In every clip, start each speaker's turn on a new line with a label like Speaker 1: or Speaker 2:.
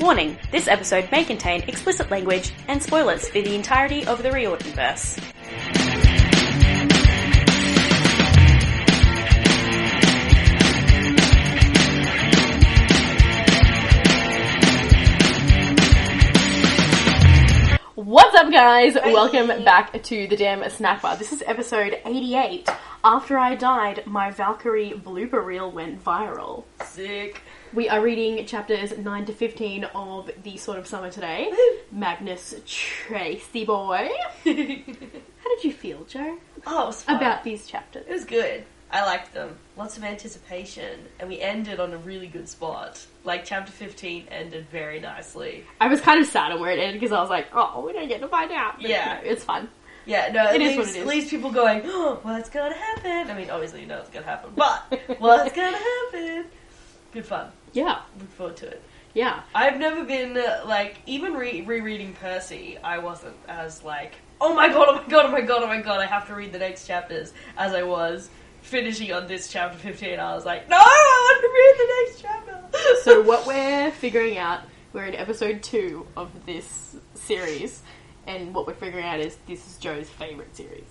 Speaker 1: Warning, this episode may contain explicit language and spoilers for the entirety of the Riordanverse.
Speaker 2: What's up, guys? Welcome back to the Damn Snack Bar. This is episode 88. After I died, my Valkyrie blooper reel went viral.
Speaker 3: Sick.
Speaker 2: We are reading chapters 9 to 15 of The Sort of Summer today. Magnus Tracy Boy. How did you feel, Joe,
Speaker 3: Oh, it was
Speaker 1: Uh,
Speaker 3: fun.
Speaker 2: about these chapters?
Speaker 3: it was good. I liked them. Lots of anticipation, and we ended on a really good spot. Like chapter fifteen ended very nicely.
Speaker 2: I was kind of sad on where it ended because I was like, oh, we don't get to find out. But,
Speaker 3: Yeah.
Speaker 2: you know, it's fun.
Speaker 3: Yeah, no, it,
Speaker 2: It is
Speaker 3: leaves,
Speaker 2: what it is.
Speaker 3: leaves people going, oh, what's gonna happen? I mean, obviously you know what's gonna happen, but what's gonna happen? Good fun.
Speaker 2: Yeah,
Speaker 3: Look forward to it.
Speaker 2: yeah.
Speaker 3: I've never been uh, like even re- rereading Percy. I wasn't as like, oh my god, oh my god, oh my god, oh my god. I have to read the next chapters as I was finishing on this chapter fifteen. I was like, no, I want to read the next chapter.
Speaker 2: So what we're figuring out, we're in episode two of this series, and what we're figuring out is this is Joe's favorite series.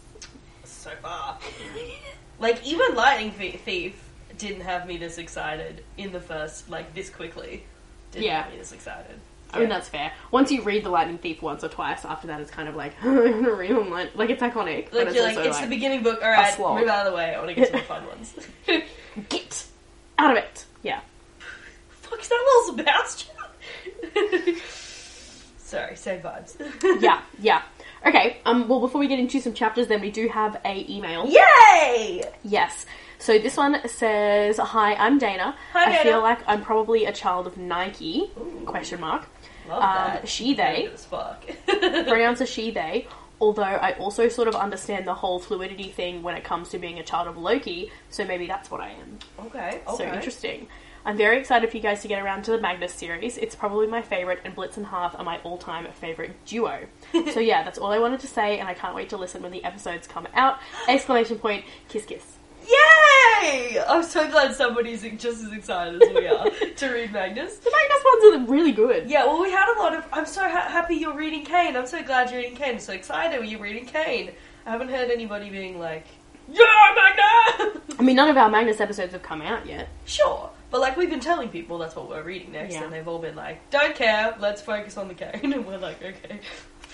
Speaker 3: so far, like even Lightning Thie- Thief didn't have me this excited in the first like this quickly. Didn't
Speaker 2: Yeah.
Speaker 3: have me this excited.
Speaker 2: I mean
Speaker 3: Yeah.
Speaker 2: that's fair. Once you read the Lightning Thief once or twice, after that it's kind of like real light. like it's iconic, but
Speaker 3: Like
Speaker 2: it's
Speaker 3: you're like,
Speaker 2: also
Speaker 3: it's
Speaker 2: like,
Speaker 3: the beginning book. All right,
Speaker 2: slog.
Speaker 3: move out of the way. I want to get to the fun ones.
Speaker 2: get out of it. Yeah,
Speaker 3: Fuck, is that Will Sebastian? Sorry, same vibes.
Speaker 2: yeah, yeah. Okay. Um. Well, before we get into some chapters, then we do have a email.
Speaker 3: Yay!
Speaker 2: Yes. So this one says, "Hi, I'm Dana.
Speaker 3: Hi,
Speaker 2: I feel
Speaker 3: Dana."
Speaker 2: like I'm probably a child of Nike." Question mark.
Speaker 3: Love
Speaker 2: Um,
Speaker 3: that.
Speaker 2: she, they.
Speaker 3: Good as fuck.
Speaker 2: pronounce a she they although i also sort of understand the whole fluidity thing when it comes to being a child of loki so maybe that's what i am
Speaker 3: okay, okay.
Speaker 2: so interesting i'm very excited for you guys to get around to the magnus series it's probably my favorite and blitz and half are my all-time favorite duo so yeah that's all i wanted to say and i can't wait to listen when the episodes come out exclamation point kiss kiss
Speaker 3: Yay! I'm so glad somebody's just as excited as we are to read Magnus.
Speaker 2: the magnus ones are really good
Speaker 3: Yeah, well, we had a lot of. I'm so ha- happy you're reading Kane. I'm so glad you're reading Kane. I'm so excited when you're reading Kane. I haven't heard anybody being like, Yeah, Magnus!
Speaker 2: i mean none of our magnus episodes have come out yet
Speaker 3: Sure. But like we've been telling people that's what we're reading next,
Speaker 2: Yeah.
Speaker 3: and they've all been like, Don't care, let's focus on the cane and we're like, Okay.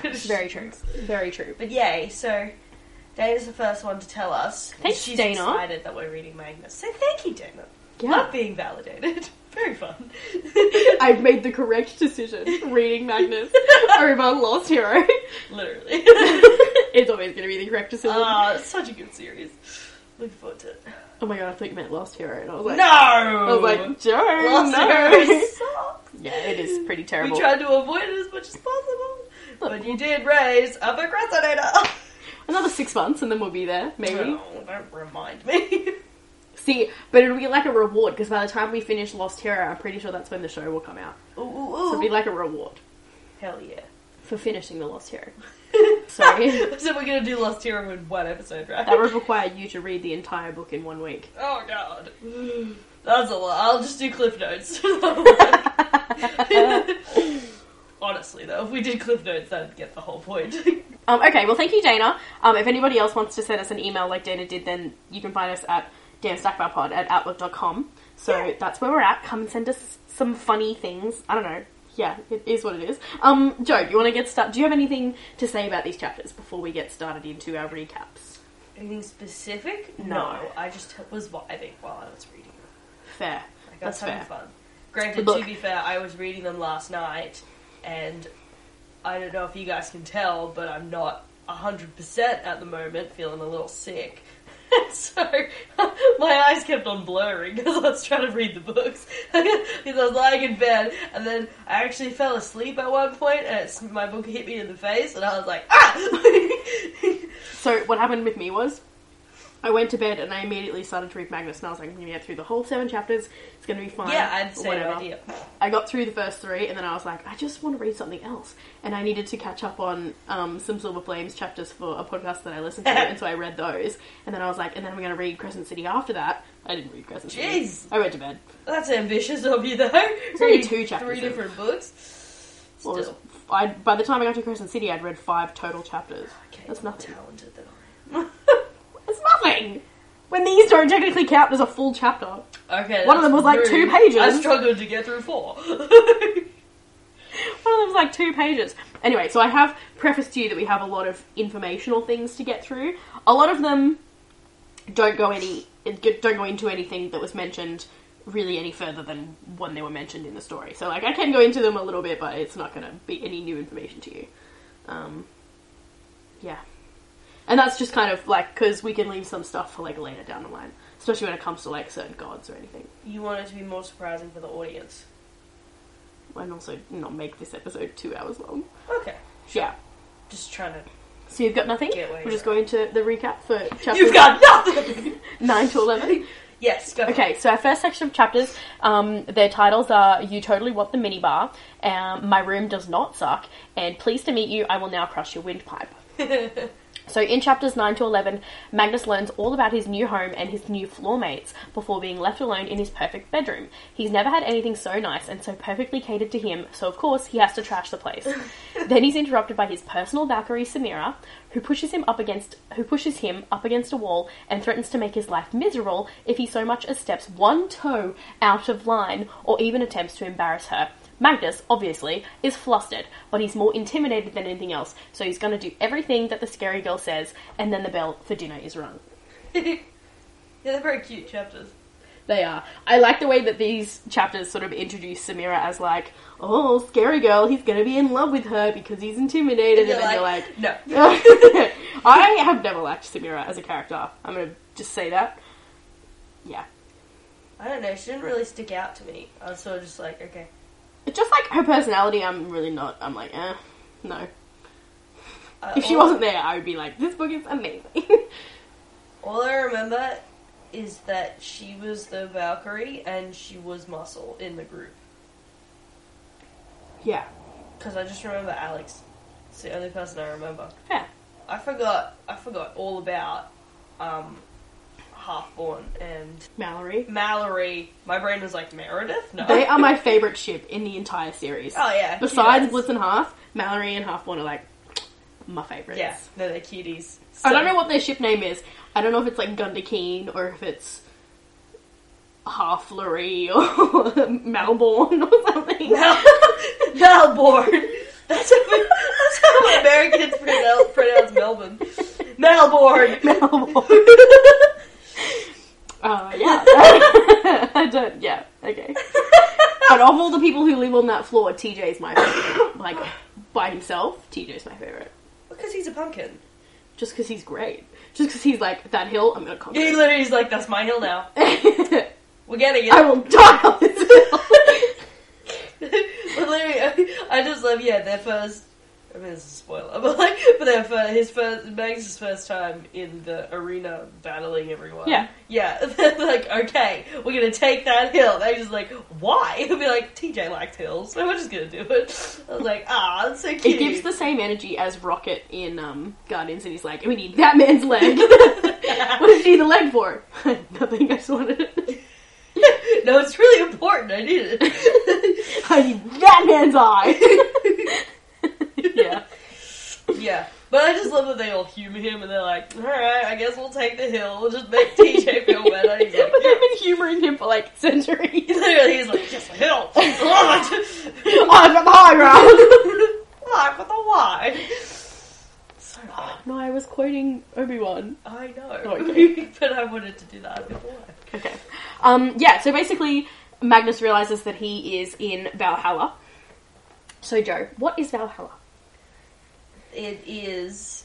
Speaker 2: it's very true very true
Speaker 3: But yay, so Dana's the first one to tell us.
Speaker 2: Thanks,
Speaker 3: She's
Speaker 2: Dana.
Speaker 3: excited that we're reading Magnus. So thank you, Dana.
Speaker 2: yeah
Speaker 3: Love being validated. Very fun.
Speaker 2: i've made the correct decision reading magnus over lost hero
Speaker 3: Literally.
Speaker 2: It's always going to be the correct decision.
Speaker 3: Ah, it's such a good series. Looking forward to it.
Speaker 2: oh my god, I thought you meant Lost Hero, and I was like,
Speaker 3: No!
Speaker 2: I was like, Joe,
Speaker 3: Lost
Speaker 2: Oh, no.
Speaker 3: Heroes suck.
Speaker 2: yeah, it is pretty
Speaker 3: We
Speaker 2: terrible.
Speaker 3: tried to avoid it as much as possible. But you did raise up a Cressida.
Speaker 2: Another six months, and then we'll be there, maybe.
Speaker 3: Oh, don't remind me.
Speaker 2: See, but it'll be like a reward because by the time we finish Lost Hero, I'm pretty sure that's when the show will come out.
Speaker 3: Ooh, ooh,
Speaker 2: So
Speaker 3: ooh.
Speaker 2: it'll be like a reward
Speaker 3: Hell yeah.
Speaker 2: for finishing the Lost Hero. Sorry,
Speaker 3: so we're gonna do Lost Hero in one episode, right?
Speaker 2: that would require you to read the entire book in one week.
Speaker 3: Oh god. That's a lot. I'll just do cliff notes. Honestly though, if we did cliff notes that'd get the whole point.
Speaker 2: Um, okay, well, thank you, Dana. Um, if anybody else wants to send us an email like Dana did, then you can find us at damnstackbarpod at outlook.com. So
Speaker 3: Yeah.
Speaker 2: that's where we're at. Come and send us some funny things. I don't know. Yeah, it is what it is. Um, Joe, do you want to get started? Do you have anything to say about these chapters before we get started into our recaps?
Speaker 3: Anything specific?
Speaker 2: No.
Speaker 3: I just was vibing while I was reading.
Speaker 2: Fair.
Speaker 3: Like, I was
Speaker 2: That's
Speaker 3: having
Speaker 2: fair.
Speaker 3: fun.
Speaker 2: The
Speaker 3: Granted,
Speaker 2: book.
Speaker 3: to be fair, I was reading them last night, and I don't know if you guys can tell, but I'm not 100% at the moment, feeling a little sick. so, my eyes kept on blurring because I was trying to read the books. Because I was lying in bed, and then I actually fell asleep at one point, and it's, my book hit me in the face, and I was like, ah!
Speaker 2: So what happened with me was I went to bed and I immediately started to read Magnus, and I was like, I'm gonna get through the whole seven chapters. It's gonna be fine.
Speaker 3: Yeah, I had the same idea.
Speaker 2: I got through the first three, and then I was like, I just want to read something else. And I needed to catch up on um, some Silver Flames chapters for a podcast that I listened to, and so I read those. And then I was like, and then I'm going to read Crescent City after that. I didn't read Crescent
Speaker 3: Jeez.
Speaker 2: City. I went to bed.
Speaker 3: That's ambitious of you, though. It's
Speaker 2: only two chapters
Speaker 3: Three
Speaker 2: in.
Speaker 3: different books.
Speaker 2: Well, it was-
Speaker 3: Still.
Speaker 2: I, by the time I got to Crescent City, I'd read five total chapters.
Speaker 3: Okay,
Speaker 2: That's
Speaker 3: more
Speaker 2: nothing.
Speaker 3: talented than I
Speaker 2: That's nothing! When these don't technically count as a full chapter.
Speaker 3: am. Okay.
Speaker 2: One of them was,
Speaker 3: that's
Speaker 2: like,
Speaker 3: rude.
Speaker 2: two pages.
Speaker 3: I struggled to get through four.
Speaker 2: One of them's like two pages. Anyway, so I have prefaced to you that we have a lot of informational things to get through. A lot of them don't go any don't go into anything that was mentioned really any further than when they were mentioned in the story. So like I can go into them a little bit, but it's not going to be any new information to you. Um, yeah, and that's just kind of like because we can leave some stuff for like later down the line, especially when it comes to like certain gods or anything,
Speaker 3: you want it to be more surprising for the audience.
Speaker 2: and also not make this episode two hours long.
Speaker 3: Okay.
Speaker 2: Yeah.
Speaker 3: Just trying to.
Speaker 2: So you've got nothing.
Speaker 3: Get away
Speaker 2: We're just
Speaker 3: from
Speaker 2: going to the recap for chapters
Speaker 3: You've got nothing.
Speaker 2: nine to eleven.
Speaker 3: yes. Go.
Speaker 2: Okay, so our first section of chapters, um, their titles are "You Totally Want the Minibar," um, "My Room Does Not Suck," and "Pleased to Meet You, I Will Now Crush Your Windpipe." so in chapters nine to eleven, Magnus learns all about his new home and his new floor mates before being left alone in his perfect bedroom. He's never had anything so nice and so perfectly catered to him, so of course he has to trash the place. then he's interrupted by his personal Valkyrie Samira, who pushes him up against who pushes him up against a wall and threatens to make his life miserable if he so much as steps one toe out of line or even attempts to embarrass her. Magnus, obviously, is flustered, but he's more intimidated than anything else, so he's going to do everything that the scary girl says, and then the bell for dinner is rung.
Speaker 3: yeah, they're very cute chapters.
Speaker 2: They are. I like the way that these chapters sort of introduce Samira as like, oh, scary girl, he's going to be in love with her because he's intimidated, and then you're like,
Speaker 3: no.
Speaker 2: I have never liked Samira as a character. I'm gonna just say that. Yeah.
Speaker 3: I don't know. She didn't really stick out to me. I was sort of just like, okay.
Speaker 2: It's just like her personality, I'm really not. I'm like, eh, no.
Speaker 3: Uh,
Speaker 2: If she
Speaker 3: all-
Speaker 2: wasn't there, I would be like, this book is amazing.
Speaker 3: All I remember is that she was the Valkyrie and she was Muscle in the group.
Speaker 2: yeah.
Speaker 3: Because I just remember Alex. It's the only person I remember.
Speaker 2: Yeah.
Speaker 3: I forgot. I forgot all about um, Halfborn and
Speaker 2: Mallory.
Speaker 3: Mallory. My brain was like Meredith. No,
Speaker 2: They are my favourite ship in the entire series.
Speaker 3: Oh yeah.
Speaker 2: Besides
Speaker 3: cuties.
Speaker 2: Blitz and Half, Mallory and Halfborn are like my favourites.
Speaker 3: Yeah, no, they're cuties.
Speaker 2: I don't
Speaker 3: So-
Speaker 2: know what their ship name is. I don't know if it's like Gundakeen or if it's Half Lurie or Malborn or something.
Speaker 3: Mal- Melbourne. That's how, that's how Americans pronounce, pronounce Melbourne. Melbourne.
Speaker 2: Malborn. uh, yeah. I don't, yeah, okay. But of all the people who live on that floor, TJ's my favorite. Like, by himself, TJ's my favorite.
Speaker 3: Because he's a pumpkin.
Speaker 2: Just because he's great. Just because he's like, that hill, I'm gonna conquer.
Speaker 3: He
Speaker 2: it."
Speaker 3: literally is like, that's my hill now. We're getting it.
Speaker 2: I will die on this hill.
Speaker 3: but literally, I, I just love, yeah, their first. I mean, this is a spoiler, but like, but their first, his first, Magnus' first time in the arena battling everyone.
Speaker 2: Yeah.
Speaker 3: Yeah. They're like, okay, we're gonna take that hill. They're just like, why? He'll be like, TJ liked hills, so we're just gonna do it. I was like, ah, that's so cute.
Speaker 2: It gives the same energy as Rocket in um, Guardians, and he's like, we need that man's leg. what did you need the leg for? Nothing, I just wanted it.
Speaker 3: no, it's really important. I need it.
Speaker 2: I need that man's eye. yeah.
Speaker 3: yeah. But I just love that they all humor him and they're like, alright, I guess we'll take the hill. We'll just make TJ feel better. He's like,
Speaker 2: But
Speaker 3: yeah.
Speaker 2: they've been humouring him for like centuries.
Speaker 3: Literally, he's like, yes, the hill. Love it.
Speaker 2: oh, I've got the high ground.
Speaker 3: Why? What the why? So hard.
Speaker 2: no, I was quoting Obi Wan.
Speaker 3: I know.
Speaker 2: Okay.
Speaker 3: but I wanted to do that before.
Speaker 2: Okay. Um, yeah, so basically, Magnus realizes that he is in Valhalla. So, Joe, what is Valhalla?
Speaker 3: It is.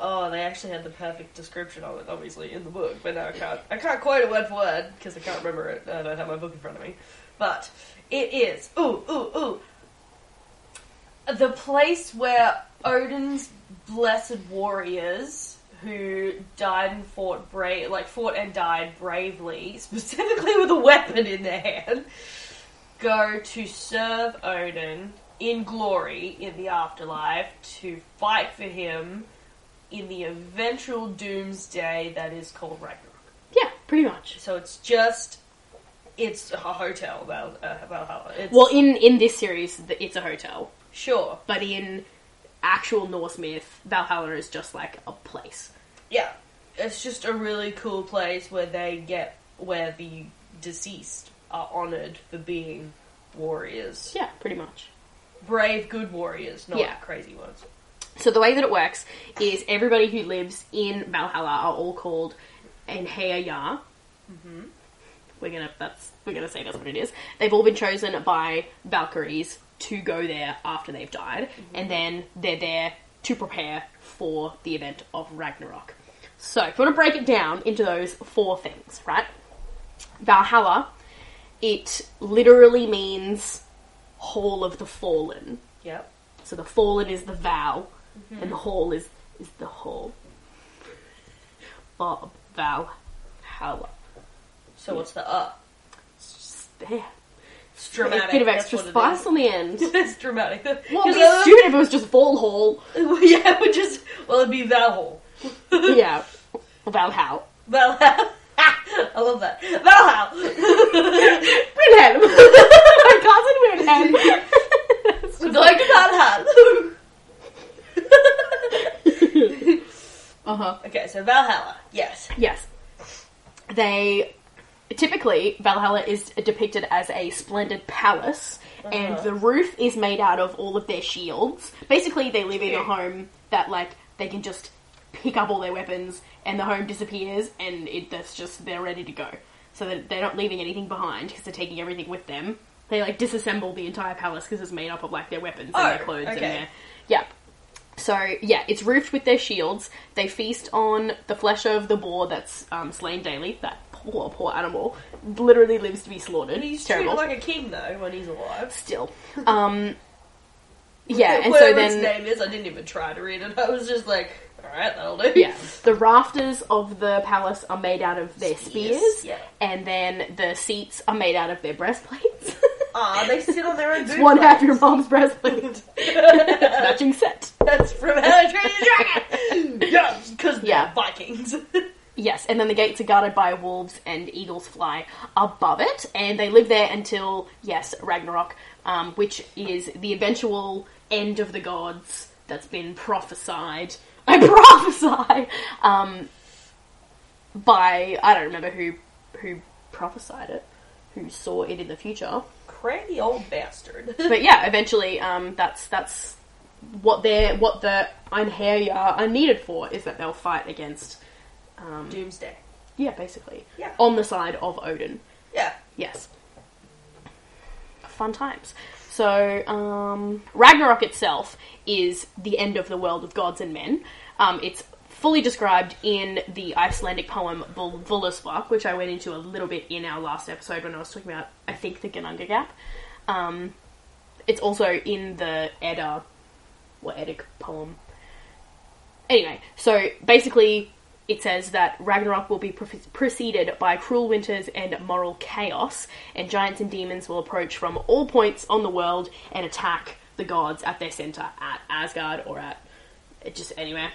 Speaker 3: Oh, they actually had the perfect description of it, obviously, in the book, but now I can't. I can't quote it word for word because I can't remember it. I don't have my book in front of me. But it is. Ooh, ooh, ooh. The place where Odin's blessed warriors, who died and fought brave, like fought and died bravely, specifically with a weapon in their hand, go to serve Odin in glory in the afterlife to fight for him in the eventual doomsday that is called Ragnarok.
Speaker 2: Yeah, pretty much.
Speaker 3: So it's just it's a hotel about uh, Valhalla. It's,
Speaker 2: Well, in in this series, th- it's a hotel,
Speaker 3: sure,
Speaker 2: but in actual Norse myth, Valhalla is just like a place.
Speaker 3: yeah, it's just a really cool place where they get where the deceased are honored for being warriors,
Speaker 2: Yeah, pretty much.
Speaker 3: brave, good warriors, not
Speaker 2: Yeah.
Speaker 3: crazy ones.
Speaker 2: So the way that it works is everybody who lives in Valhalla are all called Enheya. Mm-hmm. We're gonna that's we're gonna say that's what it is. They've all been chosen by Valkyries to go there after they've died, and then they're there to prepare for the event of Ragnarok. So if you want to break it down into those four things, right? Valhalla, it literally means hall of the fallen.
Speaker 3: Yep.
Speaker 2: So the fallen is the vow,
Speaker 3: Mm-hmm.
Speaker 2: and the hall is is the hall. Bob vow, holla.
Speaker 3: So what's the up?
Speaker 2: Just there.
Speaker 3: It's
Speaker 2: A
Speaker 3: dramatic.
Speaker 2: bit of
Speaker 3: that's
Speaker 2: extra
Speaker 3: what it
Speaker 2: spice
Speaker 3: is.
Speaker 2: on the end. Well,
Speaker 3: It's dramatic.
Speaker 2: it'd
Speaker 3: Because
Speaker 2: be
Speaker 3: I-
Speaker 2: stupid if it was just fall hall.
Speaker 3: yeah, it would just well, it'd be Valhalla.
Speaker 2: yeah, vow how.
Speaker 3: Valhalla. I love that. Valhalla.
Speaker 2: Wilhelm. My cousin Wilhelm.
Speaker 3: Going to Valhalla.
Speaker 2: uh huh.
Speaker 3: okay, so Valhalla. Yes.
Speaker 2: Yes. They typically Valhalla is depicted as a splendid palace,
Speaker 3: Uh-huh.
Speaker 2: and the roof is made out of all of their shields. Basically, they live in a
Speaker 3: Cute.
Speaker 2: home that like they can just pick up all their weapons, and the home disappears, and it that's just they're ready to go. So that they're not leaving anything behind because they're taking everything with them. They like disassemble the entire palace because it's made up of like their weapons and their
Speaker 3: Oh,
Speaker 2: clothes and
Speaker 3: okay.
Speaker 2: their yeah. So yeah, it's roofed with their shields. They feast on the flesh of the boar that's um, slain daily. That poor, poor animal literally lives to be slaughtered.
Speaker 3: He's
Speaker 2: Terrible.
Speaker 3: treated like a king though when he's alive.
Speaker 2: Still, um, yeah, and so
Speaker 3: Whatever his
Speaker 2: then
Speaker 3: name is, I didn't even try to read it. I was just like, all right, that'll do.
Speaker 2: yeah, the rafters of the palace are made out of their spears,
Speaker 3: Spears, yeah.
Speaker 2: and then the seats are made out of their breastplates.
Speaker 3: Ah, they sit on their own.
Speaker 2: It's
Speaker 3: boot
Speaker 2: one half your
Speaker 3: legs.
Speaker 2: mom's breastplate, matching set.
Speaker 3: That's from How to Train Your Dragon. yeah, because
Speaker 2: Yeah.
Speaker 3: yeah, Vikings.
Speaker 2: Yes, and then the gates are guarded by wolves and eagles fly above it, and they live there until, yes, Ragnarok, um, which is the eventual end of the gods that's been prophesied. I prophesy! Um, by, I don't remember who, who prophesied it, who saw it in the future.
Speaker 3: Crazy old bastard.
Speaker 2: But yeah, eventually, um, that's, that's what they're, what the Einherjar are needed for, is that they'll fight against
Speaker 3: Doomsday.
Speaker 2: Yeah, basically.
Speaker 3: Yeah.
Speaker 2: On the side of Odin.
Speaker 3: Yeah.
Speaker 2: Yes. Fun times. So, um, Ragnarok itself is the end of the world of gods and men. Um, it's fully described in the Icelandic poem Vul- Völuspá, which I went into a little bit in our last episode when I was talking about, I think, the Ganunga Gap. Um, it's also in the Edda, or Eddic poem. Anyway, so basically, it says that Ragnarok will be pre- preceded by cruel winters and moral chaos, and giants and demons will approach from all points on the world and attack the gods at their center, at Asgard or at it just anywhere,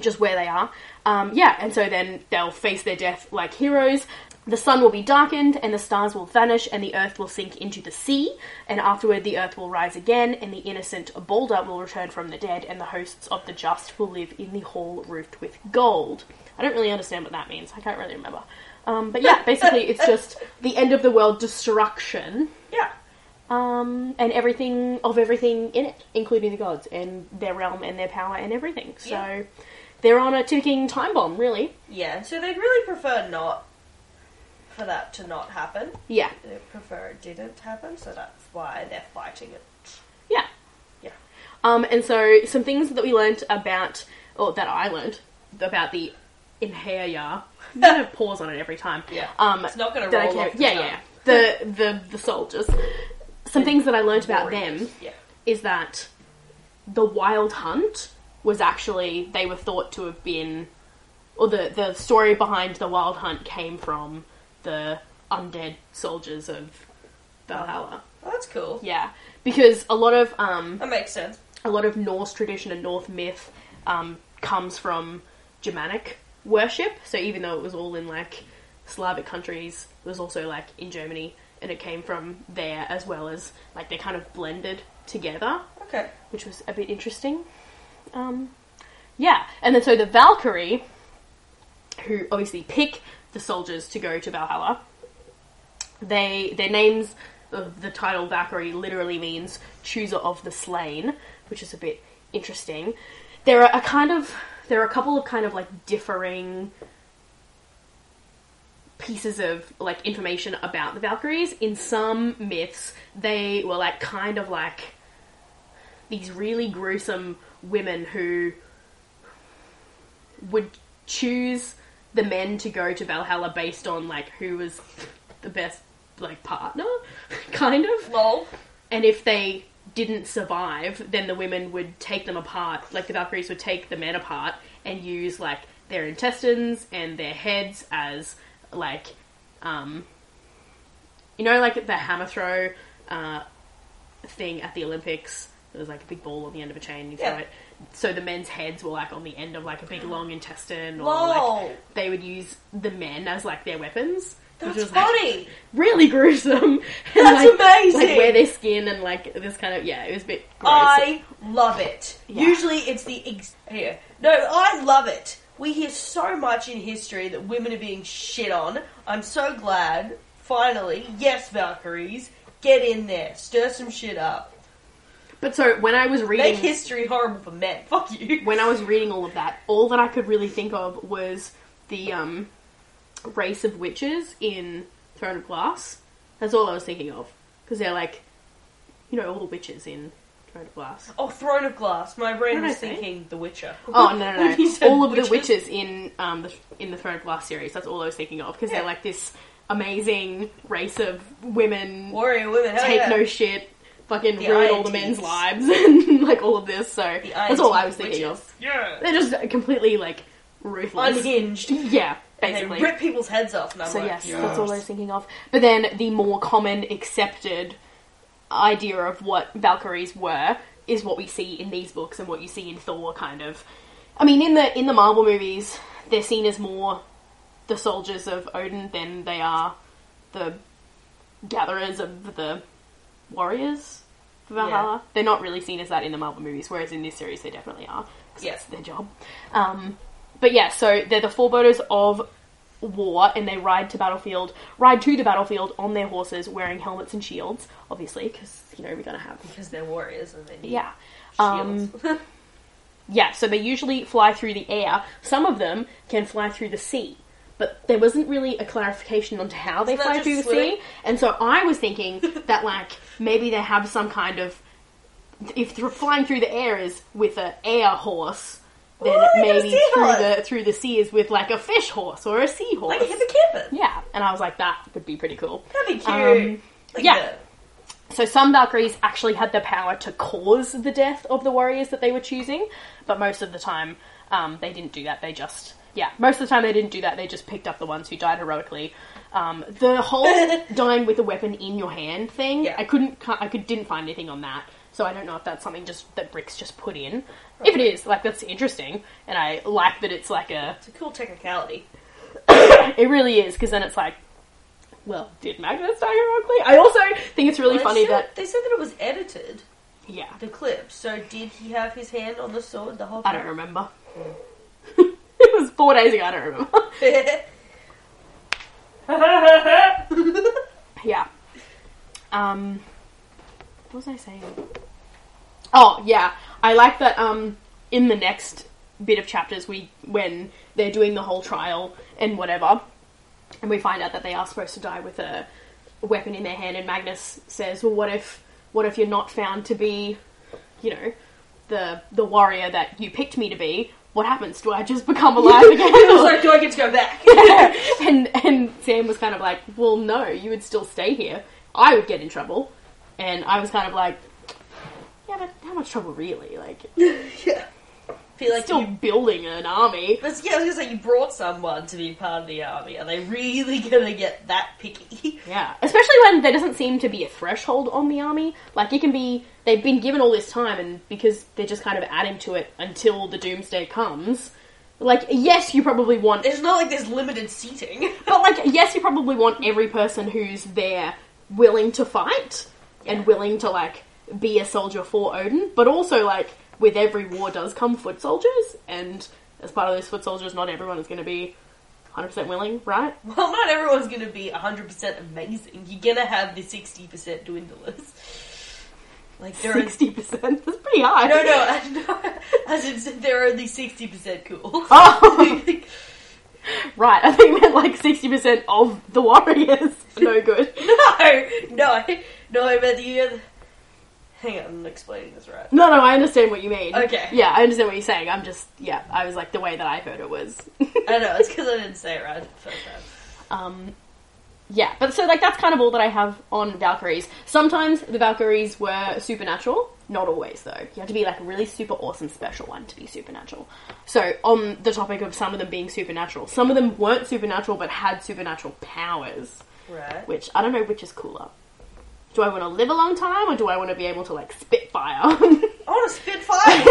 Speaker 2: just where they are. Um, yeah, and so then they'll face their death like heroes. The sun will be darkened, and the stars will vanish, and the earth will sink into the sea. And afterward, the earth will rise again, and the innocent Balder will return from the dead, and the hosts of the just will live in the hall roofed with gold. I don't really understand what that means. I can't really remember. Um, but yeah, basically, it's just the end of the world destruction
Speaker 3: Yeah.
Speaker 2: um, and everything of everything in it, including the gods and their realm and their power and everything. So
Speaker 3: Yeah.
Speaker 2: they're on a ticking time bomb, really.
Speaker 3: Yeah, so they'd really prefer not for that to not happen.
Speaker 2: Yeah,
Speaker 3: They prefer it didn't happen, so that's why they're fighting it.
Speaker 2: yeah.
Speaker 3: Yeah.
Speaker 2: Um, and so some things that we learnt about, or that I learnt about the inhaler. I'm gonna pause on it every time.
Speaker 3: Yeah.
Speaker 2: Um,
Speaker 3: It's not gonna
Speaker 2: that I
Speaker 3: roll
Speaker 2: care-
Speaker 3: off the
Speaker 2: yeah,
Speaker 3: tongue.
Speaker 2: yeah. The the the soldiers. Some things that I learnt about
Speaker 3: Warriors.
Speaker 2: them
Speaker 3: Yeah.
Speaker 2: is that the wild hunt was actually they were thought to have been, or the the story behind the Wild Hunt came from the undead soldiers of Valhalla.
Speaker 3: Oh, that's cool.
Speaker 2: Yeah, because a lot of um,
Speaker 3: That makes sense.
Speaker 2: a lot of Norse tradition and Norse myth um, comes from Germanic worship. So even though it was all in like Slavic countries, it was also like in Germany, and it came from there as well as like they kind of blended together,
Speaker 3: Okay.
Speaker 2: which was a bit interesting. Um, yeah, and then so the Valkyrie, who obviously pick the soldiers to go to Valhalla, they their names of the title Valkyrie literally means chooser of the slain, which is a bit interesting. There are a kind of there are a couple of kind of like differing pieces of like information about the Valkyries. In some myths, they were like kind of like these really gruesome women who would choose the men to go to Valhalla based on like who was the best like partner, kind of.
Speaker 3: Lol.
Speaker 2: And if they didn't survive, then the women would take them apart. Like the Valkyries would take the men apart and use like their intestines and their heads as like, um, you know, like the hammer throw uh, thing at the Olympics. There was like a big ball on the end of a chain. You throw
Speaker 3: Yeah. Mm.
Speaker 2: it. So the men's heads were like on the end of like a big long intestine, or
Speaker 3: Lol.
Speaker 2: Oh, like they would use the men as like their weapons. which
Speaker 3: That's
Speaker 2: was, like,
Speaker 3: funny.
Speaker 2: really gruesome. And,
Speaker 3: That's
Speaker 2: like-
Speaker 3: amazing.
Speaker 2: Like wear their skin and like this kind of yeah, it was a bit gross.
Speaker 3: I love it.
Speaker 2: Yeah.
Speaker 3: Usually it's the ex- here. No, I love it. We hear so much in history that women are being shit on. I'm so glad. Finally, yes, Valkyries, get in there, stir some shit up,
Speaker 2: but so when I was reading
Speaker 3: make history horrible for men. Fuck you.
Speaker 2: when I was reading all of that, all that I could really think of was the um, race of witches in Throne of Glass. That's all I was thinking of because they're like, you know, all the witches in Throne of Glass.
Speaker 3: Oh, Throne of Glass. My brain
Speaker 2: What did
Speaker 3: was
Speaker 2: I say?
Speaker 3: thinking The Witcher.
Speaker 2: Oh no, no,
Speaker 3: When you
Speaker 2: no.
Speaker 3: said
Speaker 2: all of the witches in um, the, in the Throne of Glass series. That's all I was thinking of because
Speaker 3: Yeah.
Speaker 2: they're like this amazing race of women
Speaker 3: warrior women. Hell
Speaker 2: take
Speaker 3: yeah.
Speaker 2: no shit, fucking
Speaker 3: The
Speaker 2: ruin all the
Speaker 3: INTs.
Speaker 2: men's lives, and like all of this. So that's all I was
Speaker 3: INT
Speaker 2: thinking
Speaker 3: witches.
Speaker 2: of.
Speaker 3: Yeah.
Speaker 2: They're just completely like ruthless,
Speaker 3: Unhinged.
Speaker 2: yeah,
Speaker 3: And they
Speaker 2: basically.
Speaker 3: rip people's heads off, and I'm
Speaker 2: So
Speaker 3: like,
Speaker 2: yes,
Speaker 3: yeah.
Speaker 2: that's all I was thinking of. But then the more common accepted idea of what Valkyries were is what we see in these books and what you see in Thor kind of. I mean in the in the Marvel movies, they're seen as more the soldiers of Odin than they are the gatherers of the warriors of Valhalla. They're not really seen as that in the Marvel movies, whereas in this series they definitely are. Because
Speaker 3: Yeah.
Speaker 2: that's their job. Um, but yeah, so they're the foreboders of war and they ride to battlefield, ride to the battlefield on their horses wearing helmets and shields, obviously, because, you know, we're going to have.
Speaker 3: because they're warriors and they need
Speaker 2: Yeah. Um,
Speaker 3: shields.
Speaker 2: yeah, so they usually fly through the air. Some of them can fly through the sea, but there wasn't really a clarification onto how they
Speaker 3: Isn't that
Speaker 2: fly
Speaker 3: just
Speaker 2: through the
Speaker 3: swimming?
Speaker 2: sea. And so I was thinking that, like, maybe they have some kind of. If th- flying through the air is with an air horse, then
Speaker 3: Ooh, like a
Speaker 2: maybe
Speaker 3: sea
Speaker 2: through
Speaker 3: horse.
Speaker 2: the through the sea is with like a fish horse or a seahorse.
Speaker 3: like a hippocampus.
Speaker 2: yeah, and I was like, that would be pretty cool.
Speaker 3: That'd be cute.
Speaker 2: Um,
Speaker 3: Like
Speaker 2: yeah.
Speaker 3: that.
Speaker 2: So some Valkyries actually had the power to cause the death of the warriors that they were choosing, but most of the time um, they didn't do that. They just yeah, most of the time they didn't do that. They just picked up the ones who died heroically. Um, the whole dying with a weapon in your hand thing,
Speaker 3: Yeah.
Speaker 2: I couldn't, ca- I could didn't find anything on that. So I don't know if that's something just that Bricks just put in. If it is, like that's interesting, and I like that it's like a
Speaker 3: It's a cool technicality.
Speaker 2: it really is because then it's like, well, did Magnus die heroically? I also think it's really
Speaker 3: They
Speaker 2: funny
Speaker 3: said-
Speaker 2: that
Speaker 3: they said that it was edited,
Speaker 2: yeah,
Speaker 3: the clip. So did he have his hand on the sword the whole
Speaker 2: I
Speaker 3: time?
Speaker 2: don't remember. it was four days ago. I don't remember. yeah. Um, what was I saying? Oh yeah, I like that. Um, in the next bit of chapters, we when they're doing the whole trial and whatever, and we find out that they are supposed to die with a weapon in their hand, and Magnus says, "Well, what if what if you're not found to be, you know, the the warrior that you picked me to be? What happens? Do I just become alive again?"
Speaker 3: I was like, do I get to go back?
Speaker 2: and and Sam was kind of like, "Well, no, you would still stay here. I would get in trouble." And I was kind of like, "Yeah, but how much trouble really? Like,
Speaker 3: yeah. feel like
Speaker 2: Still
Speaker 3: you.
Speaker 2: building an army.
Speaker 3: But yeah, I was gonna say you brought someone to be part of the army. Are they really gonna get that picky?
Speaker 2: Yeah, especially when there doesn't seem to be a threshold on the army. Like it can be they've been given all this time, and because they're just kind of adding to it until the doomsday comes. Like yes, you probably want,
Speaker 3: It's not like there's limited seating.
Speaker 2: but like yes, you probably want every person who's there willing to fight and willing to like be a soldier for Odin. But also like with every war does come foot soldiers, and as part of those foot soldiers, not everyone is going to be hundred percent willing, right?
Speaker 3: Well, not everyone's going to be 100% amazing. You're going to have the 60% dwindlers. Like, there are.
Speaker 2: Sixty percent. That's pretty high.
Speaker 3: No, no, I- no. As in, so there are only 60% cool.
Speaker 2: Oh. Right, I think meant like sixty percent of the warriors are no good.
Speaker 3: no, no, no, I meant you. Hang on, I'm not explaining this right.
Speaker 2: No, no, I understand what you mean.
Speaker 3: Okay.
Speaker 2: Yeah, I understand what you're saying. I'm just, yeah, I was like the way that I heard it was.
Speaker 3: I know, it's because I didn't say it right the first time.
Speaker 2: um, yeah, but so like that's kind of all that I have on Valkyries. Sometimes the Valkyries were supernatural, not always though. You have to be like a really super awesome special one to be supernatural. So on the topic of some of them being supernatural, some of them weren't supernatural but had supernatural powers.
Speaker 3: Right.
Speaker 2: which I don't know which is cooler. Do I want to live a long time or do I want to be able to like spit fire?
Speaker 3: I want to spit fire!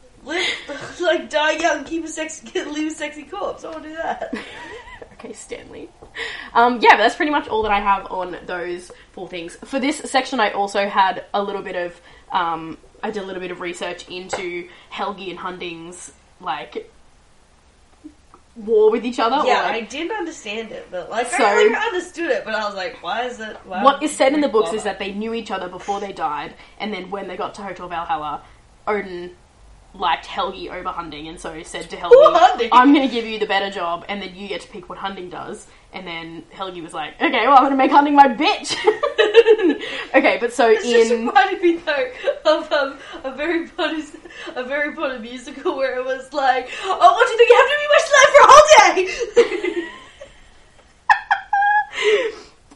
Speaker 3: Live, like, die young, keep a sexy, leave a sexy corpse. I want to do that.
Speaker 2: okay, Stanley. Um, yeah, but that's pretty much all that I have on those four things. For this section, I also had a little bit of um, I did a little bit of research into Helgi and Hunding's like war with each other. or,
Speaker 3: Yeah,
Speaker 2: like,
Speaker 3: I didn't understand it, but like
Speaker 2: So-
Speaker 3: I like, understood it, but I was like, why is it? Why
Speaker 2: what
Speaker 3: would
Speaker 2: is said in the
Speaker 3: we
Speaker 2: books is
Speaker 3: bother?
Speaker 2: that they knew each other before they died, and then when they got to Hotel Valhalla, Odin liked Helgi over Hunding, and so said to Helgi,
Speaker 3: Hunding?
Speaker 2: "I'm going to give you the better job, and then you get to pick what Hunding does." And then Helgi was like, "Okay, well, I'm going to make Hunding my bitch." okay, but so
Speaker 3: It's just
Speaker 2: in
Speaker 3: reminded me though of um, a very Potter, a very Potter musical where it was like, oh, what do you think you have to be my slave for a whole day?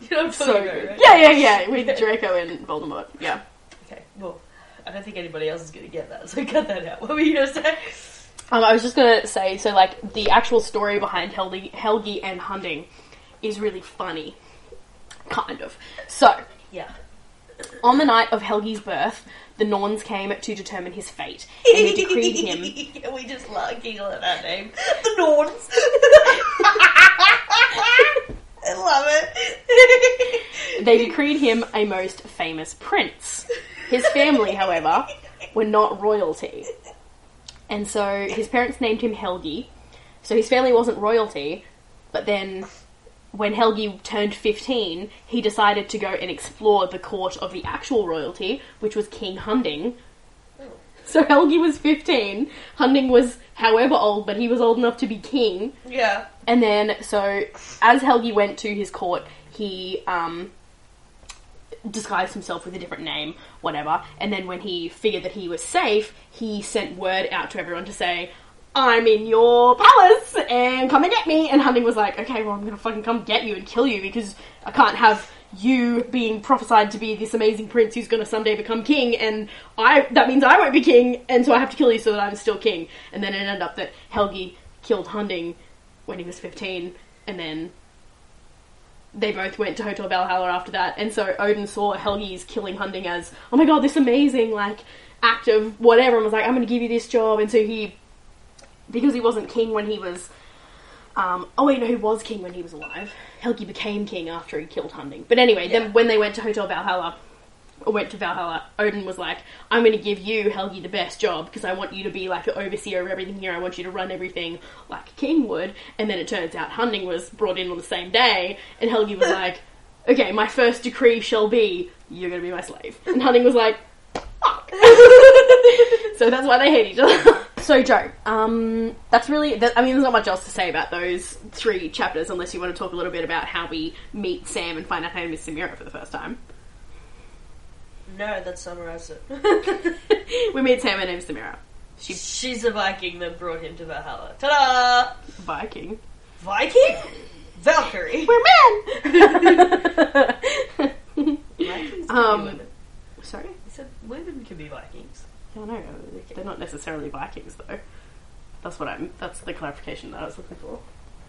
Speaker 3: you know what I'm talking
Speaker 2: so
Speaker 3: about, right?
Speaker 2: yeah, yeah, yeah, with Draco and Voldemort, yeah.
Speaker 3: Okay, well, I don't think anybody else is gonna get that, so cut that out. What were you gonna say?
Speaker 2: Um, I was just gonna say, so like the actual story behind Helgi, Helgi and Hunding is really funny, kind of. So
Speaker 3: Yeah.
Speaker 2: On the night of Helgi's birth, the Norns came to determine his fate, and they decreed him.
Speaker 3: we just love giggle at that name. The Norns. I love it.
Speaker 2: They decreed him a most famous prince. His family, however, were not royalty, and so his parents named him Helgi. So his family wasn't royalty, but then when Helgi turned 15, he decided to go and explore the court of the actual royalty, which was King Hunding. So Helgi was 15, Hunding was however old, but he was old enough to be king.
Speaker 3: yeah.
Speaker 2: And then, so as Helgi went to his court, he um, disguised himself with a different name, whatever. And then, when he figured that he was safe, he sent word out to everyone to say, "I'm in your palace, and come and get me." And Hunting was like, "Okay, well, I'm gonna fucking come get you and kill you because I can't have." You being prophesied to be this amazing prince who's going to someday become king, and I—that means I won't be king, and so I have to kill you so that I'm still king. And then it ended up that Helgi killed Hunding when he was 15, and then they both went to Hotel Valhalla after that. And so Odin saw Helgi's killing hunting as, oh my god, this amazing, like, act of whatever, and was like, I'm gonna give you this job. And so he, because he wasn't king when he was. Um, oh wait, no, he was king when he was alive. Helgi became king after he killed Hunding. But anyway, then when they went to Hotel Valhalla, or went to Valhalla, Odin was like, I'm going to give you, Helgi, the best job because I want you to be like the overseer of everything here. I want you to run everything like a king would. And then it turns out Hunding was brought in on the same day, and Helgi was like, Okay, my first decree shall be, you're going to be my slave. And Hunding was like, Fuck. so that's why they hate each other. So Joe, um, that's really. That, I mean, there's not much else to say about those three chapters, unless you want to talk a little bit about how we meet Sam and find out her name is Samira for the first time.
Speaker 3: No, that summarizes it.
Speaker 2: we meet Sam and name's Samira. She
Speaker 3: She's a Viking that brought him to Valhalla. Ta
Speaker 2: Viking.
Speaker 3: da! Viking? Valkyrie.
Speaker 2: We're men.
Speaker 3: Vikings can
Speaker 2: Um,
Speaker 3: be women.
Speaker 2: Sorry.
Speaker 3: He said women can be Vikings.
Speaker 2: I don't know. They're not necessarily Vikings though. That's what I'm. That's the clarification that I was looking for.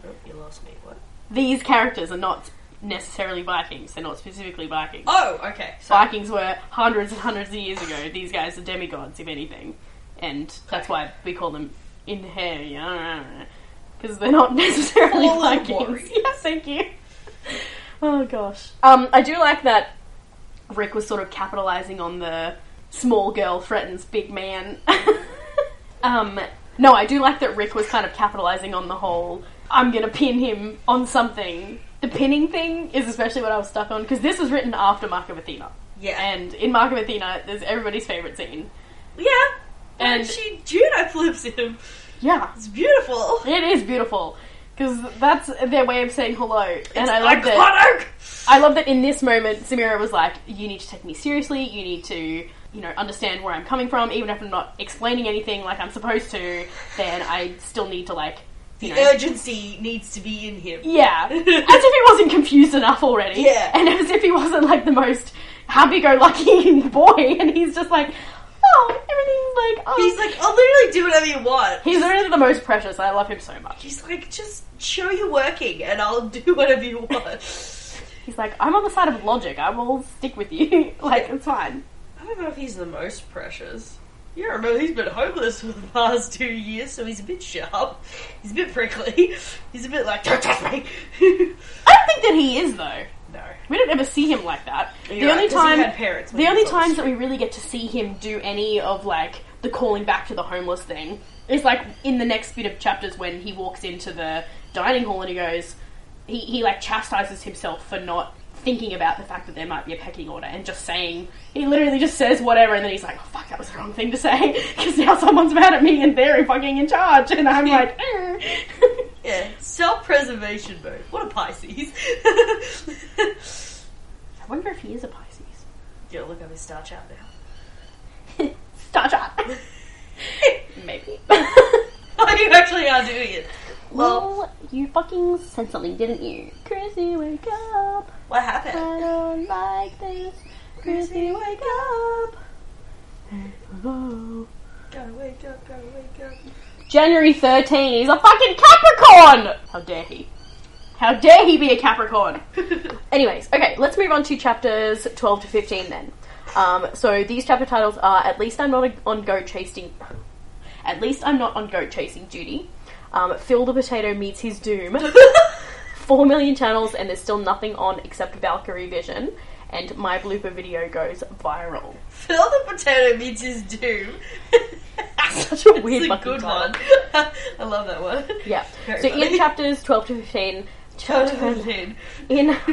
Speaker 3: Oh, you lost me. What?
Speaker 2: These characters are not necessarily Vikings. They're not specifically Vikings.
Speaker 3: Oh, okay. So
Speaker 2: Vikings were hundreds and hundreds of years ago. These guys are demigods, if anything, and that's why we call them in because they're not necessarily
Speaker 3: Fallen
Speaker 2: Vikings.
Speaker 3: warriors.
Speaker 2: Yeah, thank you. Oh gosh. Um, I do like that Rick was sort of capitalizing on the small girl threatens big man. um, no, I do like that Rick was kind of capitalizing on the whole I'm gonna pin him on something. The pinning thing is especially what I was stuck on because this was written after Mark of Athena.
Speaker 3: Yeah.
Speaker 2: And in Mark of Athena, there's everybody's favorite scene.
Speaker 3: yeah. And
Speaker 2: And-
Speaker 3: she judo flips him.
Speaker 2: Yeah.
Speaker 3: It's beautiful.
Speaker 2: It is beautiful because that's their way of saying hello, and
Speaker 3: it's
Speaker 2: I love that.
Speaker 3: iconic.
Speaker 2: I love that in this moment, Samira was like, "You need to take me seriously. You need to, you know, understand where I'm coming from. Even if I'm not explaining anything like I'm supposed to, then I still need to like,
Speaker 3: The
Speaker 2: you know,
Speaker 3: urgency needs to be in him.
Speaker 2: yeah." As if he wasn't confused enough already,
Speaker 3: Yeah.
Speaker 2: and as if he wasn't like the most happy-go-lucky boy, and he's just like, "Oh, everything's like, oh."
Speaker 3: He's like, I'll literally do whatever you want.
Speaker 2: he's literally the most precious. I love him so much.
Speaker 3: He's like, just show you're working and I'll do whatever you want.
Speaker 2: He's like, I'm on the side of logic. I will stick with you. like, it's fine.
Speaker 3: I don't know if he's the most precious. Yeah, remember he's been homeless for the past two years, so he's a bit sharp. He's a bit prickly. He's a bit like, don't touch me.
Speaker 2: I don't think that he is though.
Speaker 3: no.
Speaker 2: We don't ever see him like that. the
Speaker 3: You're right,
Speaker 2: only
Speaker 3: 'cause he
Speaker 2: time,
Speaker 3: had parents when
Speaker 2: the
Speaker 3: he
Speaker 2: only
Speaker 3: was on the
Speaker 2: times that we really get to see him do any of like the calling back to the homeless thing is like in the next bit of chapters when he walks into the dining hall and he goes, he, he like chastises himself for not thinking about the fact that there might be a pecking order and just saying he literally just says whatever and then he's like oh fuck that was the wrong thing to say because now someone's mad at me and they're fucking in charge and i'm like "Eh."
Speaker 3: Yeah, self preservation mode. What a Pisces.
Speaker 2: I wonder if he is a Pisces.
Speaker 3: yeah, look at his star chart now.
Speaker 2: Star chart. Maybe.
Speaker 3: Oh, you actually are doing it. Well,
Speaker 2: well, you fucking said something, didn't you? Chrissy, wake up.
Speaker 3: what happened?
Speaker 2: I don't like this. Chrissy, wake up. Hello.
Speaker 3: Gotta wake up, gotta wake up.
Speaker 2: January 13, he's a fucking Capricorn! How dare he? How dare he be a Capricorn? Anyways, okay, let's move on to chapters 12 to 15 then. Um, so these chapter titles are At Least I'm Not on Goat Chasing. At Least I'm Not on Goat Chasing Duty. Um, Phil the Potato Meets His Doom. 4 million channels, and there's still nothing on except Valkyrie Vision. And my blooper video goes viral.
Speaker 3: Phil the potato meets his doom.
Speaker 2: Such a weird
Speaker 3: it's a
Speaker 2: fucking
Speaker 3: good
Speaker 2: title.
Speaker 3: one. I love that one.
Speaker 2: Yeah.
Speaker 3: Very
Speaker 2: so in
Speaker 3: funny.
Speaker 2: chapters 12 to 15.
Speaker 3: Totally did.
Speaker 2: In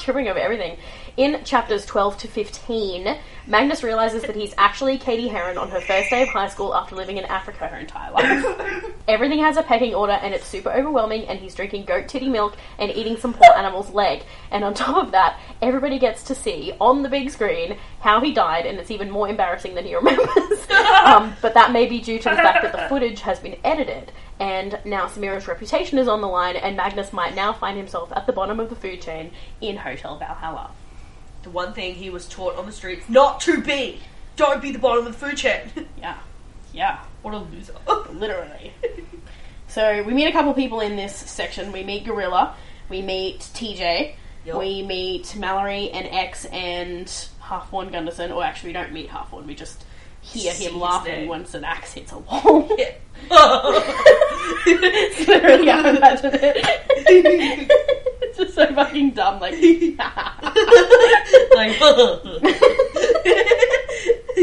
Speaker 2: tripping over everything. In chapters 12 to 15, Magnus realizes that he's actually Katie Heron on her first day of high school after living in Africa her entire life. Everything has a pecking order and it's super overwhelming, and he's drinking goat titty milk and eating some poor animal's leg. And on top of that, everybody gets to see on the big screen how he died, and it's even more embarrassing than he remembers. um, but that may be due to the fact that the footage has been edited. And now Samira's reputation is on the line, and Magnus might now find himself at the bottom of the food chain in Hotel Valhalla.
Speaker 3: the one thing he was taught on the streets not to be. Don't be the bottom of the food chain.
Speaker 2: Yeah, yeah,
Speaker 3: what a loser.
Speaker 2: literally. so we meet a couple people in this section. We meet Gorilla, we meet TJ,
Speaker 3: Yup.
Speaker 2: we meet Mallory and X and Half One Gunderson. Or actually, we don't meet Half One. We just hear
Speaker 3: See his
Speaker 2: him laughing
Speaker 3: name.
Speaker 2: once an axe hits a wall.
Speaker 3: Yeah.
Speaker 2: It's literally how I imagine it. it's just so fucking dumb. Like,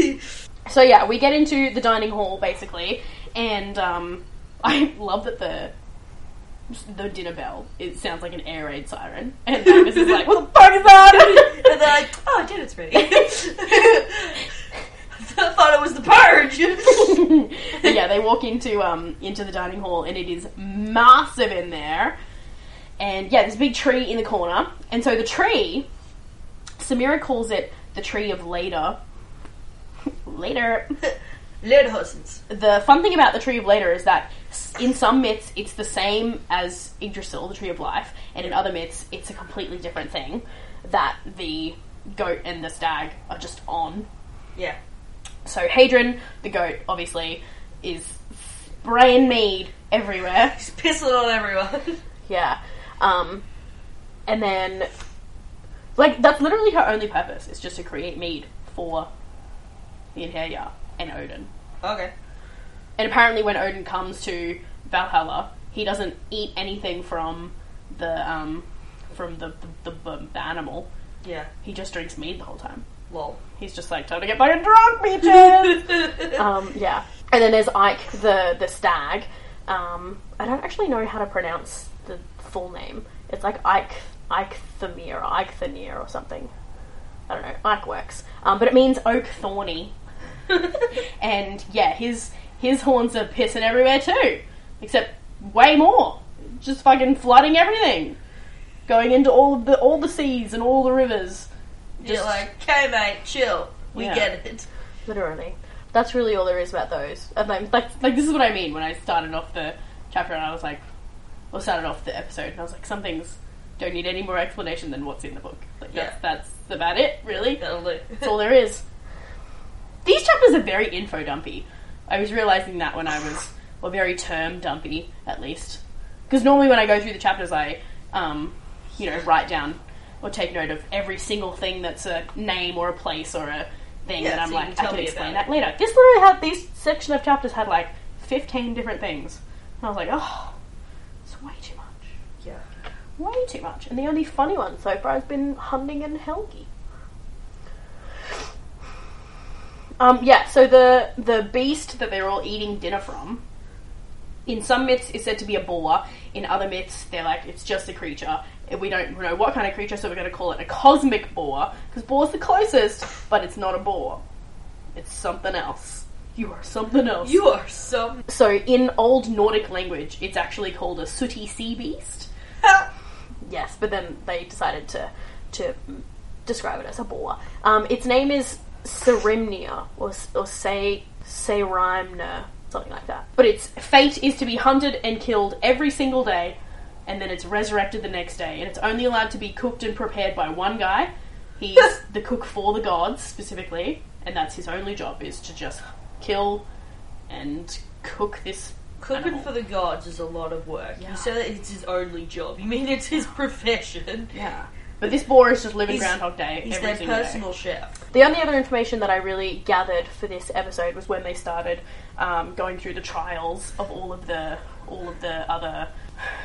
Speaker 3: like,
Speaker 2: so yeah, we get into the dining hall basically, and um, I love that the the dinner bell it sounds like an air raid siren, and Magnus is like, "What the fuck is that?"
Speaker 3: and they're like, oh, dinner's ready. I thought it was the purge.
Speaker 2: But yeah, they walk into um into the dining hall and it is massive in there. And yeah, there's a big tree in the corner. And so the tree, Samira calls it the tree of later. later.
Speaker 3: Lederhosen's.
Speaker 2: The fun thing about the tree of later is that s- in some myths it's the same as Yggdrasil, the tree of life, and in other myths it's a completely different thing that the goat and the stag are just on
Speaker 3: Yeah.
Speaker 2: So Hadron, the goat, obviously, is spraying mead everywhere.
Speaker 3: He's pissing on everyone.
Speaker 2: Yeah. Um, and then, like, that's literally her only purpose, is just to create mead for the Inhalia and Odin.
Speaker 3: okay.
Speaker 2: And apparently, when Odin comes to Valhalla, he doesn't eat anything from the um, from the the, the, the animal.
Speaker 3: Yeah.
Speaker 2: He just drinks mead the whole time.
Speaker 3: Lol.
Speaker 2: He's just like, time to get fucking drunk, bitches! um, yeah. And then there's Ike the, the stag. Um, I don't actually know how to pronounce the full name. It's like Ike, Ike Thamir or Ike Thanir or something. I don't know. Ike works. Um, but it means oak thorny. and yeah, his, his horns are pissing everywhere too. Except way more. Just fucking flooding everything. Going into all of the, all the seas and all the rivers.
Speaker 3: You're like, okay, mate, chill. We
Speaker 2: Yeah.
Speaker 3: get it.
Speaker 2: Literally. That's really all there is about those. And then, like, like this is what I mean when I started off the chapter and I was like, or started off the episode and I was like, some things don't need any more explanation than what's in the book. Like, that's,
Speaker 3: Yeah.
Speaker 2: that's about it, really.
Speaker 3: That'll do.
Speaker 2: That's all there is. These chapters are very info dumpy. I was realizing that when I was, or very term dumpy, at least. Because normally when I go through the chapters, I, um, you know, write down or take note of every single thing that's a name or a place or a thing
Speaker 3: Yeah,
Speaker 2: that I'm
Speaker 3: so you can
Speaker 2: like, I
Speaker 3: tell
Speaker 2: can
Speaker 3: me
Speaker 2: explain
Speaker 3: about
Speaker 2: that later. This literally had, these section of chapters had like 15 different things. And I was like, oh, it's way too much.
Speaker 3: Yeah.
Speaker 2: Way too much. And the only funny one so far has been Hunding and Helgi. Um, yeah, so the the beast that they're all eating dinner from, in some myths is said to be a boar. In other myths, they're like it's just a creature. We don't know what kind of creature, so we're going to call it a cosmic boar because boar's the closest, but it's not a boar. It's something else. You are something else.
Speaker 3: You are some.
Speaker 2: so in old Nordic language, it's actually called a sooty sea beast. Yes, but then they decided to to describe it as a boar. Um, its name is Cerimnia or or Say Serimna, something like that. But its fate is to be hunted and killed every single day, and then it's resurrected the next day. And it's only allowed to be cooked and prepared by one guy. He's the cook for the gods specifically, and that's his only job is to just kill and cook this
Speaker 3: Cooking
Speaker 2: animal.
Speaker 3: for the gods is a lot of work.
Speaker 2: Yeah.
Speaker 3: You say that it's his only job. You mean it's his profession.
Speaker 2: Yeah. But this boar is just living
Speaker 3: He's-
Speaker 2: Groundhog Day
Speaker 3: He's
Speaker 2: every
Speaker 3: their
Speaker 2: single day.
Speaker 3: personal chef.
Speaker 2: The only other information that I really gathered for this episode was when they started um, going through the trials of all of the all of the other